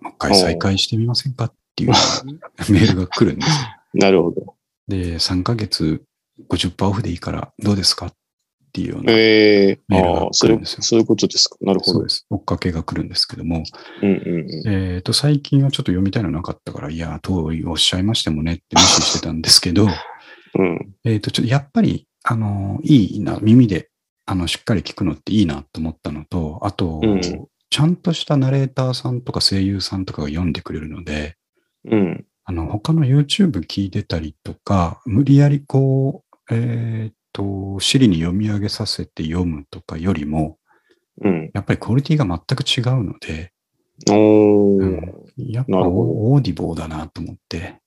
Speaker 1: もう一回再開してみませんかっていう メールが来るんですよ。
Speaker 2: なるほど。
Speaker 1: で、3ヶ月50%オフでいいからどうですかっていうような、
Speaker 2: ええ
Speaker 1: メールが
Speaker 2: ああ、そ
Speaker 1: 来る
Speaker 2: うん
Speaker 1: ですよ
Speaker 2: そういうことですか。なるほ
Speaker 1: そう
Speaker 2: ど。
Speaker 1: です。追っかけが来るんですけども、
Speaker 2: うんうんうん。
Speaker 1: えっ、と、最近はちょっと読みたいのなかったから、いや、遠いおっしゃいましてもねって無視してたんですけど、
Speaker 2: うん。
Speaker 1: えっと、ちょっとやっぱり、あの、いいな、耳で、あの、しっかり聞くのっていいなと思ったのと、あと、
Speaker 2: うん
Speaker 1: ちゃんとしたナレーターさんとか声優さんとかが読んでくれるので、
Speaker 2: うん。
Speaker 1: あの、他の YouTube 聞いてたりとか、無理やりこう、えっ、と、Siri に読み上げさせて読むとかよりも、
Speaker 2: うん。
Speaker 1: やっぱりクオリティが全く違うので、
Speaker 2: おー、
Speaker 1: うんやっぱ
Speaker 2: なるほど
Speaker 1: オーディボーだなと思って、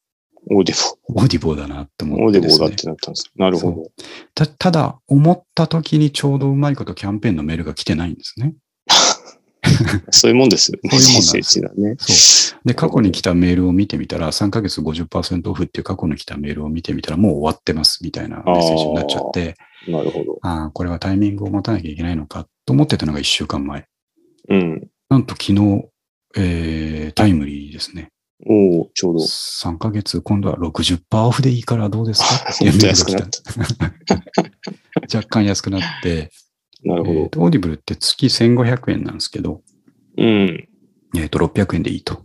Speaker 2: オーディ
Speaker 1: オーディボーだなと
Speaker 2: ボ
Speaker 1: 思
Speaker 2: ー。オ
Speaker 1: っ
Speaker 2: ー
Speaker 1: てで
Speaker 2: ディボ
Speaker 1: す
Speaker 2: ーだっ
Speaker 1: ね。
Speaker 2: てなったんです。なるほど。
Speaker 1: たただ、思った時にちょうどうまいことキャンペーンのメールが来てないんですね。
Speaker 2: そういうもんですよね。
Speaker 1: そういうもんなんで
Speaker 2: 人
Speaker 1: す
Speaker 2: 生だね。
Speaker 1: そう。で、過去に来たメールを見てみたら、3ヶ月50%オフっていう過去に来たメールを見てみたら、もう終わってますみたいなメッセージになっちゃって、
Speaker 2: なるほど。
Speaker 1: ああ、これはタイミングを待たなきゃいけないのかと思ってたのが1週間前。
Speaker 2: うん。
Speaker 1: なんと昨日、えー、タイムリーですね。
Speaker 2: おー、ちょうど。
Speaker 1: 3ヶ月、今度は60%オフでいいからどうです かっていうメ
Speaker 2: 本当
Speaker 1: ール
Speaker 2: 安くな
Speaker 1: が
Speaker 2: っ
Speaker 1: 来た。若干安くなって、
Speaker 2: な
Speaker 1: え
Speaker 2: るほ
Speaker 1: ー
Speaker 2: ど。
Speaker 1: とオーディブルって月1500円なんですけど、
Speaker 2: うん。
Speaker 1: えっ、と、600円でいいと。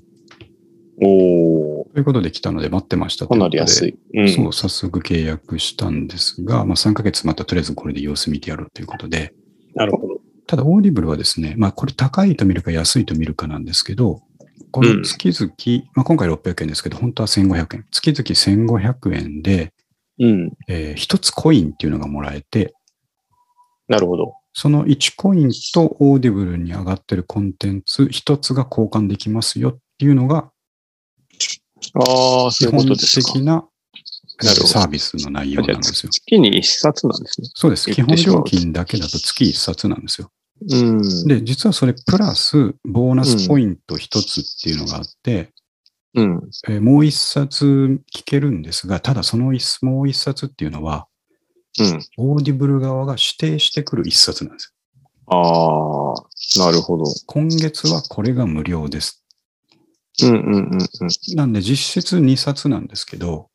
Speaker 2: おー、
Speaker 1: ということで来たので待ってました
Speaker 2: かなり安
Speaker 1: い。
Speaker 2: い。うん。
Speaker 1: そう、早速契約したんですが、まあ3ヶ月またとりあえずこれで様子見てやろうということで、
Speaker 2: なるほど。
Speaker 1: ただ、オーディブルはですね、まあ、これ高いと見るか安いと見るかなんですけど、この月々、まあ、今回600円ですけど、本当は1500円。月々1500円で、
Speaker 2: うん。
Speaker 1: えー一つコインっていうのがもらえて、
Speaker 2: なるほど。
Speaker 1: その1コインとオーディブルに上がってるコンテンツ、一つが交換できますよっていうのが、
Speaker 2: ああ、
Speaker 1: 基
Speaker 2: そういう
Speaker 1: 本
Speaker 2: ことですか。
Speaker 1: 的なえー
Speaker 2: なるほど
Speaker 1: サービスの内容なんですよ。
Speaker 2: 月に一冊なんですね。
Speaker 1: そうです。基
Speaker 2: 言っ
Speaker 1: 本
Speaker 2: てしまう
Speaker 1: 料金だけだと月1冊なんですよ。
Speaker 2: うん。
Speaker 1: で、実はそれプラスボーナスポイント一つっていうのがあって、
Speaker 2: うん。
Speaker 1: えーもう一冊聞けるんですが、ただその一もう一冊っていうのは、
Speaker 2: うん。
Speaker 1: オーディブル側が指定してくる一冊なんですよ。
Speaker 2: ああ、なるほど。
Speaker 1: 今月はこれが無料です。
Speaker 2: うんうんうんうん。
Speaker 1: なんで実質2冊なんですけど、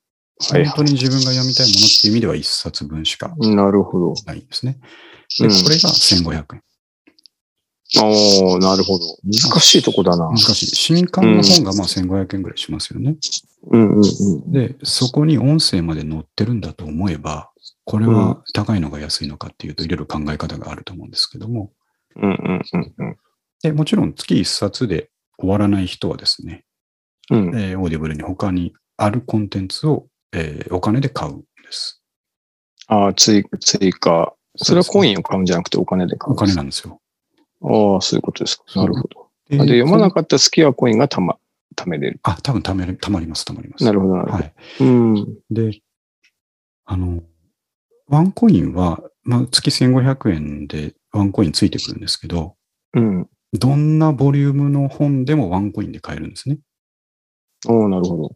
Speaker 2: はい
Speaker 1: 本当に自分が読みたいものっていう意味では1冊分しか
Speaker 2: なるほど。
Speaker 1: ないんですね。で、
Speaker 2: うん
Speaker 1: これが1500円。
Speaker 2: ああ、なるほど。難しいとこだな
Speaker 1: 難。しい。新刊の本がまあ1500円ぐらいしますよね。
Speaker 2: うんうんうん。
Speaker 1: で、そこに音声まで載ってるんだと思えば、これは高いのが安いのかっていうと、いろいろ考え方があると思うんですけども、
Speaker 2: うんうんうんうん。
Speaker 1: でもちろん月1冊で終わらない人はですね、
Speaker 2: うん。
Speaker 1: えーオーディブルに他にあるコンテンツを、えーお金で買うんです。
Speaker 2: ああ、追追加。それはコインを買うんじゃなくてお金で買う
Speaker 1: お
Speaker 2: んで
Speaker 1: 金
Speaker 2: す。
Speaker 1: なんですよ。
Speaker 2: ああ、そういうことですか。なるほど。
Speaker 1: で
Speaker 2: あで、読まなかった好きはコインがたま、貯めれる。
Speaker 1: あ、多分ためる、たまります、たまります。
Speaker 2: なるほど、なるほ
Speaker 1: は
Speaker 2: ど。
Speaker 1: い。
Speaker 2: うん。
Speaker 1: で、あの、ワンコインは、まあ、月1500円でワンコインついてくるんですけど、
Speaker 2: うん。
Speaker 1: どんなボリュームの本でもワンコインで買えるんですね。
Speaker 2: おおなるほど。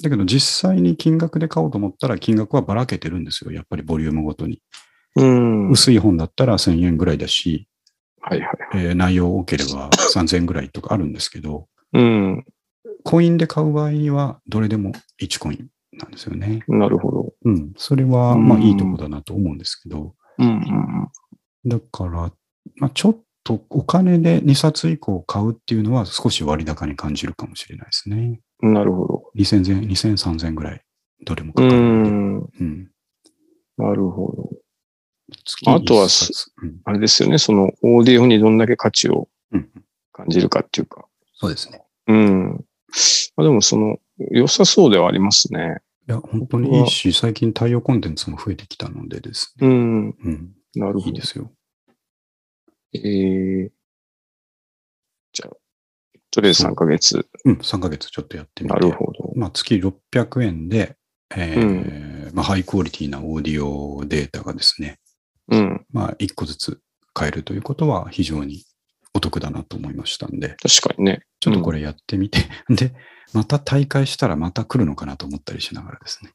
Speaker 1: だけど実際に金額で買おうと思ったら金額はばらけてるんですよ。やっぱりボリュームごとに。
Speaker 2: うん。はい
Speaker 1: 薄い本だったら1000円ぐらいだし、
Speaker 2: はいはい。
Speaker 1: えー内容多ければ3000円ぐらいとかあるんですけど、
Speaker 2: うん。
Speaker 1: コインで買う場合にはどれでも1コインなんですよね。
Speaker 2: なるほど。
Speaker 1: うん。それは、
Speaker 2: うん
Speaker 1: まあいいとこだなと思うんですけど、
Speaker 2: うんうん
Speaker 1: だから、まあちょっとお金で2冊以降買うっていうのは少し割高に感じるかもしれないですね。
Speaker 2: うん。なるほど。
Speaker 1: 2000円、2000、3000円ぐらい、どれもか
Speaker 2: う
Speaker 1: かるんで。
Speaker 2: ん。
Speaker 1: うん。
Speaker 2: なるほど。
Speaker 1: 月
Speaker 2: あとは
Speaker 1: 一冊うん
Speaker 2: あれですよね。そのオーディオにどんだけ価値を
Speaker 1: うん
Speaker 2: 感じるかっていうか。
Speaker 1: そうですね。
Speaker 2: うん。あでもその、良さそうではありますね。
Speaker 1: いや、本当にいいし、最近対応コンテンツも増えてきたのでですね。
Speaker 2: うん。
Speaker 1: うん。
Speaker 2: なるほど。
Speaker 1: いいですよ。
Speaker 2: えー、じゃあ、とりあえず3ヶ月。
Speaker 1: うん、3ヶ月ちょっとやってみて。
Speaker 2: なるほど。
Speaker 1: まあ、月600円で、えーまあ、ハイクオリティなオーディオデータがですね、
Speaker 2: うん。
Speaker 1: まあ、1個ずつ買えるということは非常にお得だなと思いましたんで、
Speaker 2: 確かにね。
Speaker 1: ちょっとこれやってみて、 で、また大会したらまた来るのかなと思ったりしながらですね。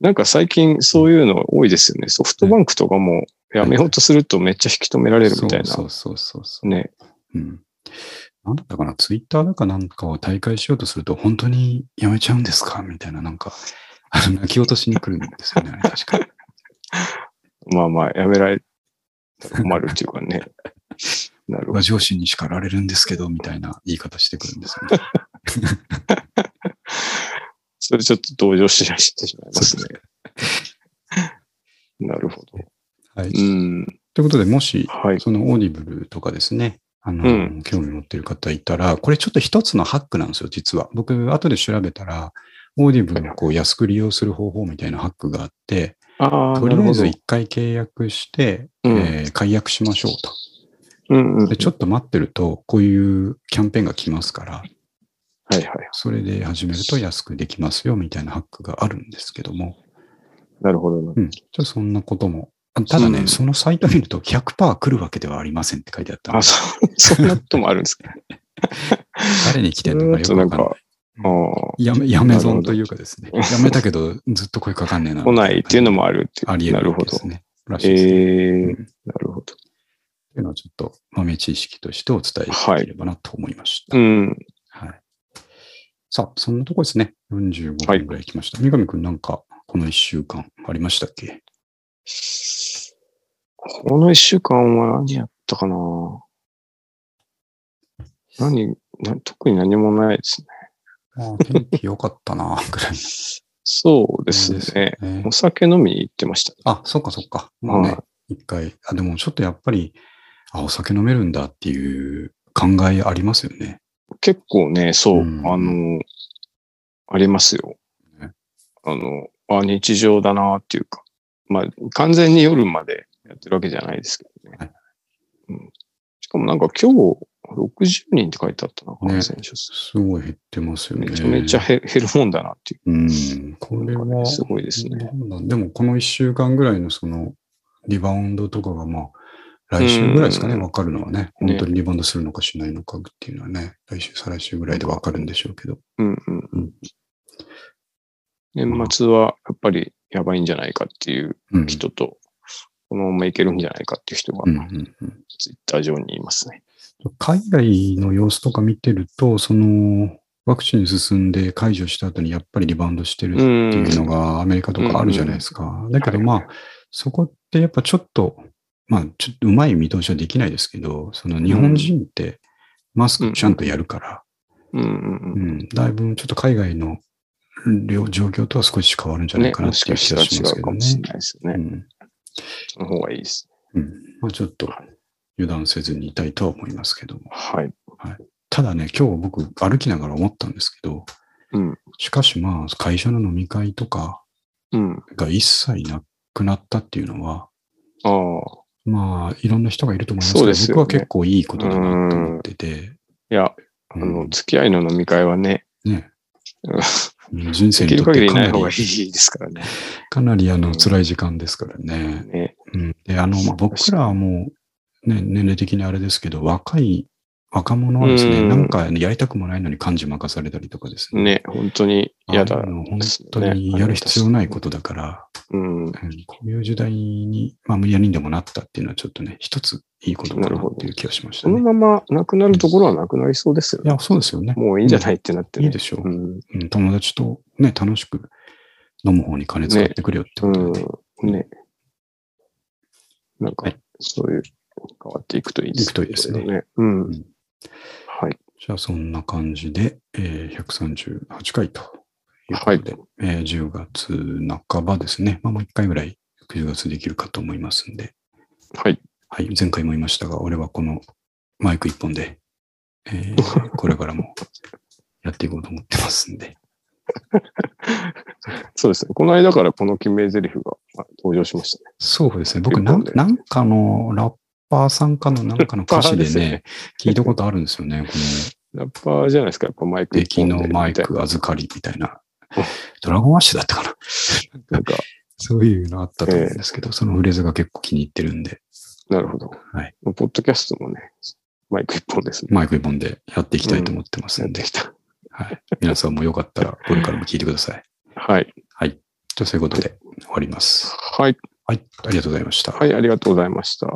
Speaker 2: なんか最近そういうの多いですよね。ソフトバンクとかもやめようとするとめっちゃ引き止められるみたい
Speaker 1: そう
Speaker 2: な。
Speaker 1: そうそうそう。
Speaker 2: ね。
Speaker 1: うん。なんだったかな、ツイッターだかなんかを大会しようとすると、本当にやめちゃうんですかみたいな、なんか、あの泣き落としに来るんですよね、あれ 確か。
Speaker 2: まあまあ、やめられたら困るっていう かね。なるほ
Speaker 1: ま
Speaker 2: ど
Speaker 1: あ。上司に叱られるんですけど、みたいな言い方してくるんですよね。
Speaker 2: それちょっと同情してしまいますね。なるほど。
Speaker 1: はい。
Speaker 2: う
Speaker 1: とい
Speaker 2: ん。
Speaker 1: うことで、もし、
Speaker 2: はい。
Speaker 1: そのオーディブルとかですね、あの、
Speaker 2: うん
Speaker 1: 興味持ってる方いたら、これちょっと一つのハックなんですよ、実は。僕、後で調べたら、オーディブルをこう安く利用する方法みたいなハックがあって、
Speaker 2: ああ、
Speaker 1: と
Speaker 2: な
Speaker 1: り
Speaker 2: る
Speaker 1: あえ
Speaker 2: ほ
Speaker 1: ず
Speaker 2: ど。
Speaker 1: 一回契約して、
Speaker 2: うん
Speaker 1: えー解約しましょうと。
Speaker 2: うんうん。は
Speaker 1: で、
Speaker 2: い
Speaker 1: ちょっと待ってると、こういうキャンペーンが来ますから、
Speaker 2: はい。
Speaker 1: それで始めると安くできますよみたいなハックがあるんですけども、
Speaker 2: なるほど。
Speaker 1: うん、ちょっとそんなことも。あただね、
Speaker 2: うん
Speaker 1: そのサイト見ると100%来るわけではありませんって書いてあったの
Speaker 2: あ、
Speaker 1: で、
Speaker 2: そう、 そんなこともあるんですか。
Speaker 1: 誰に来てるのかよ
Speaker 2: ち
Speaker 1: く
Speaker 2: ょっとな
Speaker 1: わ
Speaker 2: ん
Speaker 1: かんない
Speaker 2: か。、ああ、
Speaker 1: やめ、やめ損というかですね。やめたけど、ずっと声かかんねえな。
Speaker 2: 来ないっていうの
Speaker 1: も
Speaker 2: もあるっていう。
Speaker 1: あり得
Speaker 2: な
Speaker 1: る
Speaker 2: る
Speaker 1: わけで
Speaker 2: ほど。
Speaker 1: すね。らしい
Speaker 2: え
Speaker 1: ですね。
Speaker 2: え
Speaker 1: うん
Speaker 2: なるほど。
Speaker 1: っていうのはちょっと豆知識としてお伝えできればなと思いました。
Speaker 2: うん。
Speaker 1: はい。さあ、そんなとこですね。45分ぐらい来ました。三上くんなんか、この1週間ありましたっけ
Speaker 2: この一週間は何やったかな何、な特に何もないですね。
Speaker 1: ああ、天気良かったな、ぐらい
Speaker 2: そうで
Speaker 1: です
Speaker 2: ね。
Speaker 1: ね
Speaker 2: お。酒飲みに行ってました。
Speaker 1: あ、そっかそっか。もうね
Speaker 2: はい、
Speaker 1: 一回。あ、でもちょっとやっぱり、あ、お酒飲めるんだっていう考えありますよね。
Speaker 2: 結構ね、そう、
Speaker 1: うん
Speaker 2: あの、ありますよ
Speaker 1: ね。
Speaker 2: あの、あ、日常だなっていうか。まあ、完全に夜までやってるわけじゃないですけどね。
Speaker 1: はい
Speaker 2: うん、しかもなんか今日60人って書いてあったな、感染者数。
Speaker 1: すごい減ってますよね。
Speaker 2: めちゃめちゃ減減るもんだなってい
Speaker 1: うん、これ
Speaker 2: うかね、
Speaker 1: は、
Speaker 2: すごいですね。
Speaker 1: なんだでもこの1週間ぐらいのそのリバウンドとかがまあ、来週ぐらいですかね、
Speaker 2: うん
Speaker 1: わかるのはね。
Speaker 2: ね
Speaker 1: 本当にリバウンドするのかしないのかっていうのはね、来週、再来週ぐらいでわかるんでしょうけど。
Speaker 2: うんう
Speaker 1: うん
Speaker 2: ん。年末はやっぱりやばいんじゃないかっていう
Speaker 1: うん。
Speaker 2: 人と、このままいけるんじゃないかっていう人が
Speaker 1: うんうんうん
Speaker 2: ツイッター上にいますね。
Speaker 1: 海外の様子とか見てると、その、ワクチン進んで解除した後にやっぱりリバウンドしてる
Speaker 2: う
Speaker 1: っ
Speaker 2: ん。
Speaker 1: ていうのがアメリカとかあるじゃないですか。だけどまあ、そこってやっぱちょっと、まあ、ちょっとうまい見通しはできないですけど、その日本人ってマスクちゃんとやるから、
Speaker 2: うんう
Speaker 1: うんん、だいぶちょっと海外の量状況とは少し変わるんじ
Speaker 2: う
Speaker 1: ゃ
Speaker 2: ん。
Speaker 1: ない
Speaker 2: ね、
Speaker 1: かな
Speaker 2: も
Speaker 1: っ
Speaker 2: して
Speaker 1: いう
Speaker 2: かし
Speaker 1: 気
Speaker 2: た
Speaker 1: が
Speaker 2: ら
Speaker 1: し
Speaker 2: 違
Speaker 1: ますけど
Speaker 2: うか
Speaker 1: ね
Speaker 2: も。しれないですよ
Speaker 1: う
Speaker 2: ね。
Speaker 1: ん
Speaker 2: その方がいいです。
Speaker 1: うんまあ、ちょっと油断せずにいたいとは思いますけども。
Speaker 2: はい。
Speaker 1: ただね、今日僕歩きながら思ったんですけど、
Speaker 2: うん
Speaker 1: しかしまあ会社の飲み会とか
Speaker 2: うん。
Speaker 1: が一切なくなったっていうのは、
Speaker 2: ああ。
Speaker 1: まあいろんな人がいると思いますけ
Speaker 2: そう
Speaker 1: ど、
Speaker 2: ですよ
Speaker 1: 僕
Speaker 2: ね
Speaker 1: は結構いいことだなと思ってて、
Speaker 2: いや、あ
Speaker 1: うん
Speaker 2: の、付き合いの飲み会はね、
Speaker 1: ね
Speaker 2: うん、
Speaker 1: 人生
Speaker 2: で
Speaker 1: に
Speaker 2: き
Speaker 1: と
Speaker 2: る
Speaker 1: って
Speaker 2: 限りい
Speaker 1: か
Speaker 2: ない
Speaker 1: な
Speaker 2: 方が
Speaker 1: り
Speaker 2: いいですからね。
Speaker 1: かなりあ
Speaker 2: う
Speaker 1: の
Speaker 2: ん
Speaker 1: 辛い時間ですからね。
Speaker 2: ね。
Speaker 1: うん、であのまあ僕らはもう、ね、年齢的にあれですけど、若い若者はですね、
Speaker 2: うん
Speaker 1: なんかやりたくもないのに幹事任されたりとかですね。
Speaker 2: ね、本当に嫌だ
Speaker 1: ああいうの本
Speaker 2: ですね
Speaker 1: 当にやる必要ないことだから、
Speaker 2: うん。
Speaker 1: うんこういう時代に、まあ、無理やりにでもなったっていうのはちょっとね、一ついいことかなっていう気がしました
Speaker 2: その
Speaker 1: ね。
Speaker 2: ままなくなるところはなくなりそうですよ
Speaker 1: い
Speaker 2: ね。
Speaker 1: や、そうですよね。
Speaker 2: もういいんじゃないってなってね。
Speaker 1: いいでしょう
Speaker 2: う。ん。
Speaker 1: うん友達とね、楽しく飲む方に金使ってくれよってことで、
Speaker 2: うん。ね。なんか
Speaker 1: はい、
Speaker 2: そういう、変わっていくといいです
Speaker 1: いくといいですね
Speaker 2: うん。
Speaker 1: うん
Speaker 2: はい。
Speaker 1: じゃあそんな感じで、えー138回ということで、えー10月半ばですね。まあ、もう1回ぐらい10月できるかと思いますんで、
Speaker 2: はい。
Speaker 1: はい、前回も言いましたが、俺はこのマイク1本で、え ーこれからもやっていこうと思ってますんで、
Speaker 2: そうですね。この間からこの決め台詞があ登場しましたね。
Speaker 1: そうですね。僕
Speaker 2: 一
Speaker 1: な
Speaker 2: 本
Speaker 1: ん、
Speaker 2: で
Speaker 1: なんかのラッパーさんかのなんかの歌詞で
Speaker 2: ラッパーです
Speaker 1: ね
Speaker 2: ね、
Speaker 1: 聞いたことあるんですよね。この
Speaker 2: ラッパーじゃないですか。やっぱマイク一
Speaker 1: 駅
Speaker 2: 本で
Speaker 1: のマイ
Speaker 2: みたいな
Speaker 1: ク預かりみたいな。ドラゴンアッシュだったかな。
Speaker 2: なんか、
Speaker 1: そういうのあったと思うんですけど、そのフレーズが結構気に入ってるんで、
Speaker 2: なるほど。
Speaker 1: はい
Speaker 2: ポッドキャストもね、マイク一本ですね。
Speaker 1: マイク一本でやっていきたいと思ってます
Speaker 2: やっ
Speaker 1: んで、
Speaker 2: てきた。
Speaker 1: はい、皆さんもよかったらこれからも聞いてください。
Speaker 2: はい。
Speaker 1: じゃあそういうことで終わります。
Speaker 2: はい。
Speaker 1: はい、ありがとうございました。
Speaker 2: はい、ありがとうございました。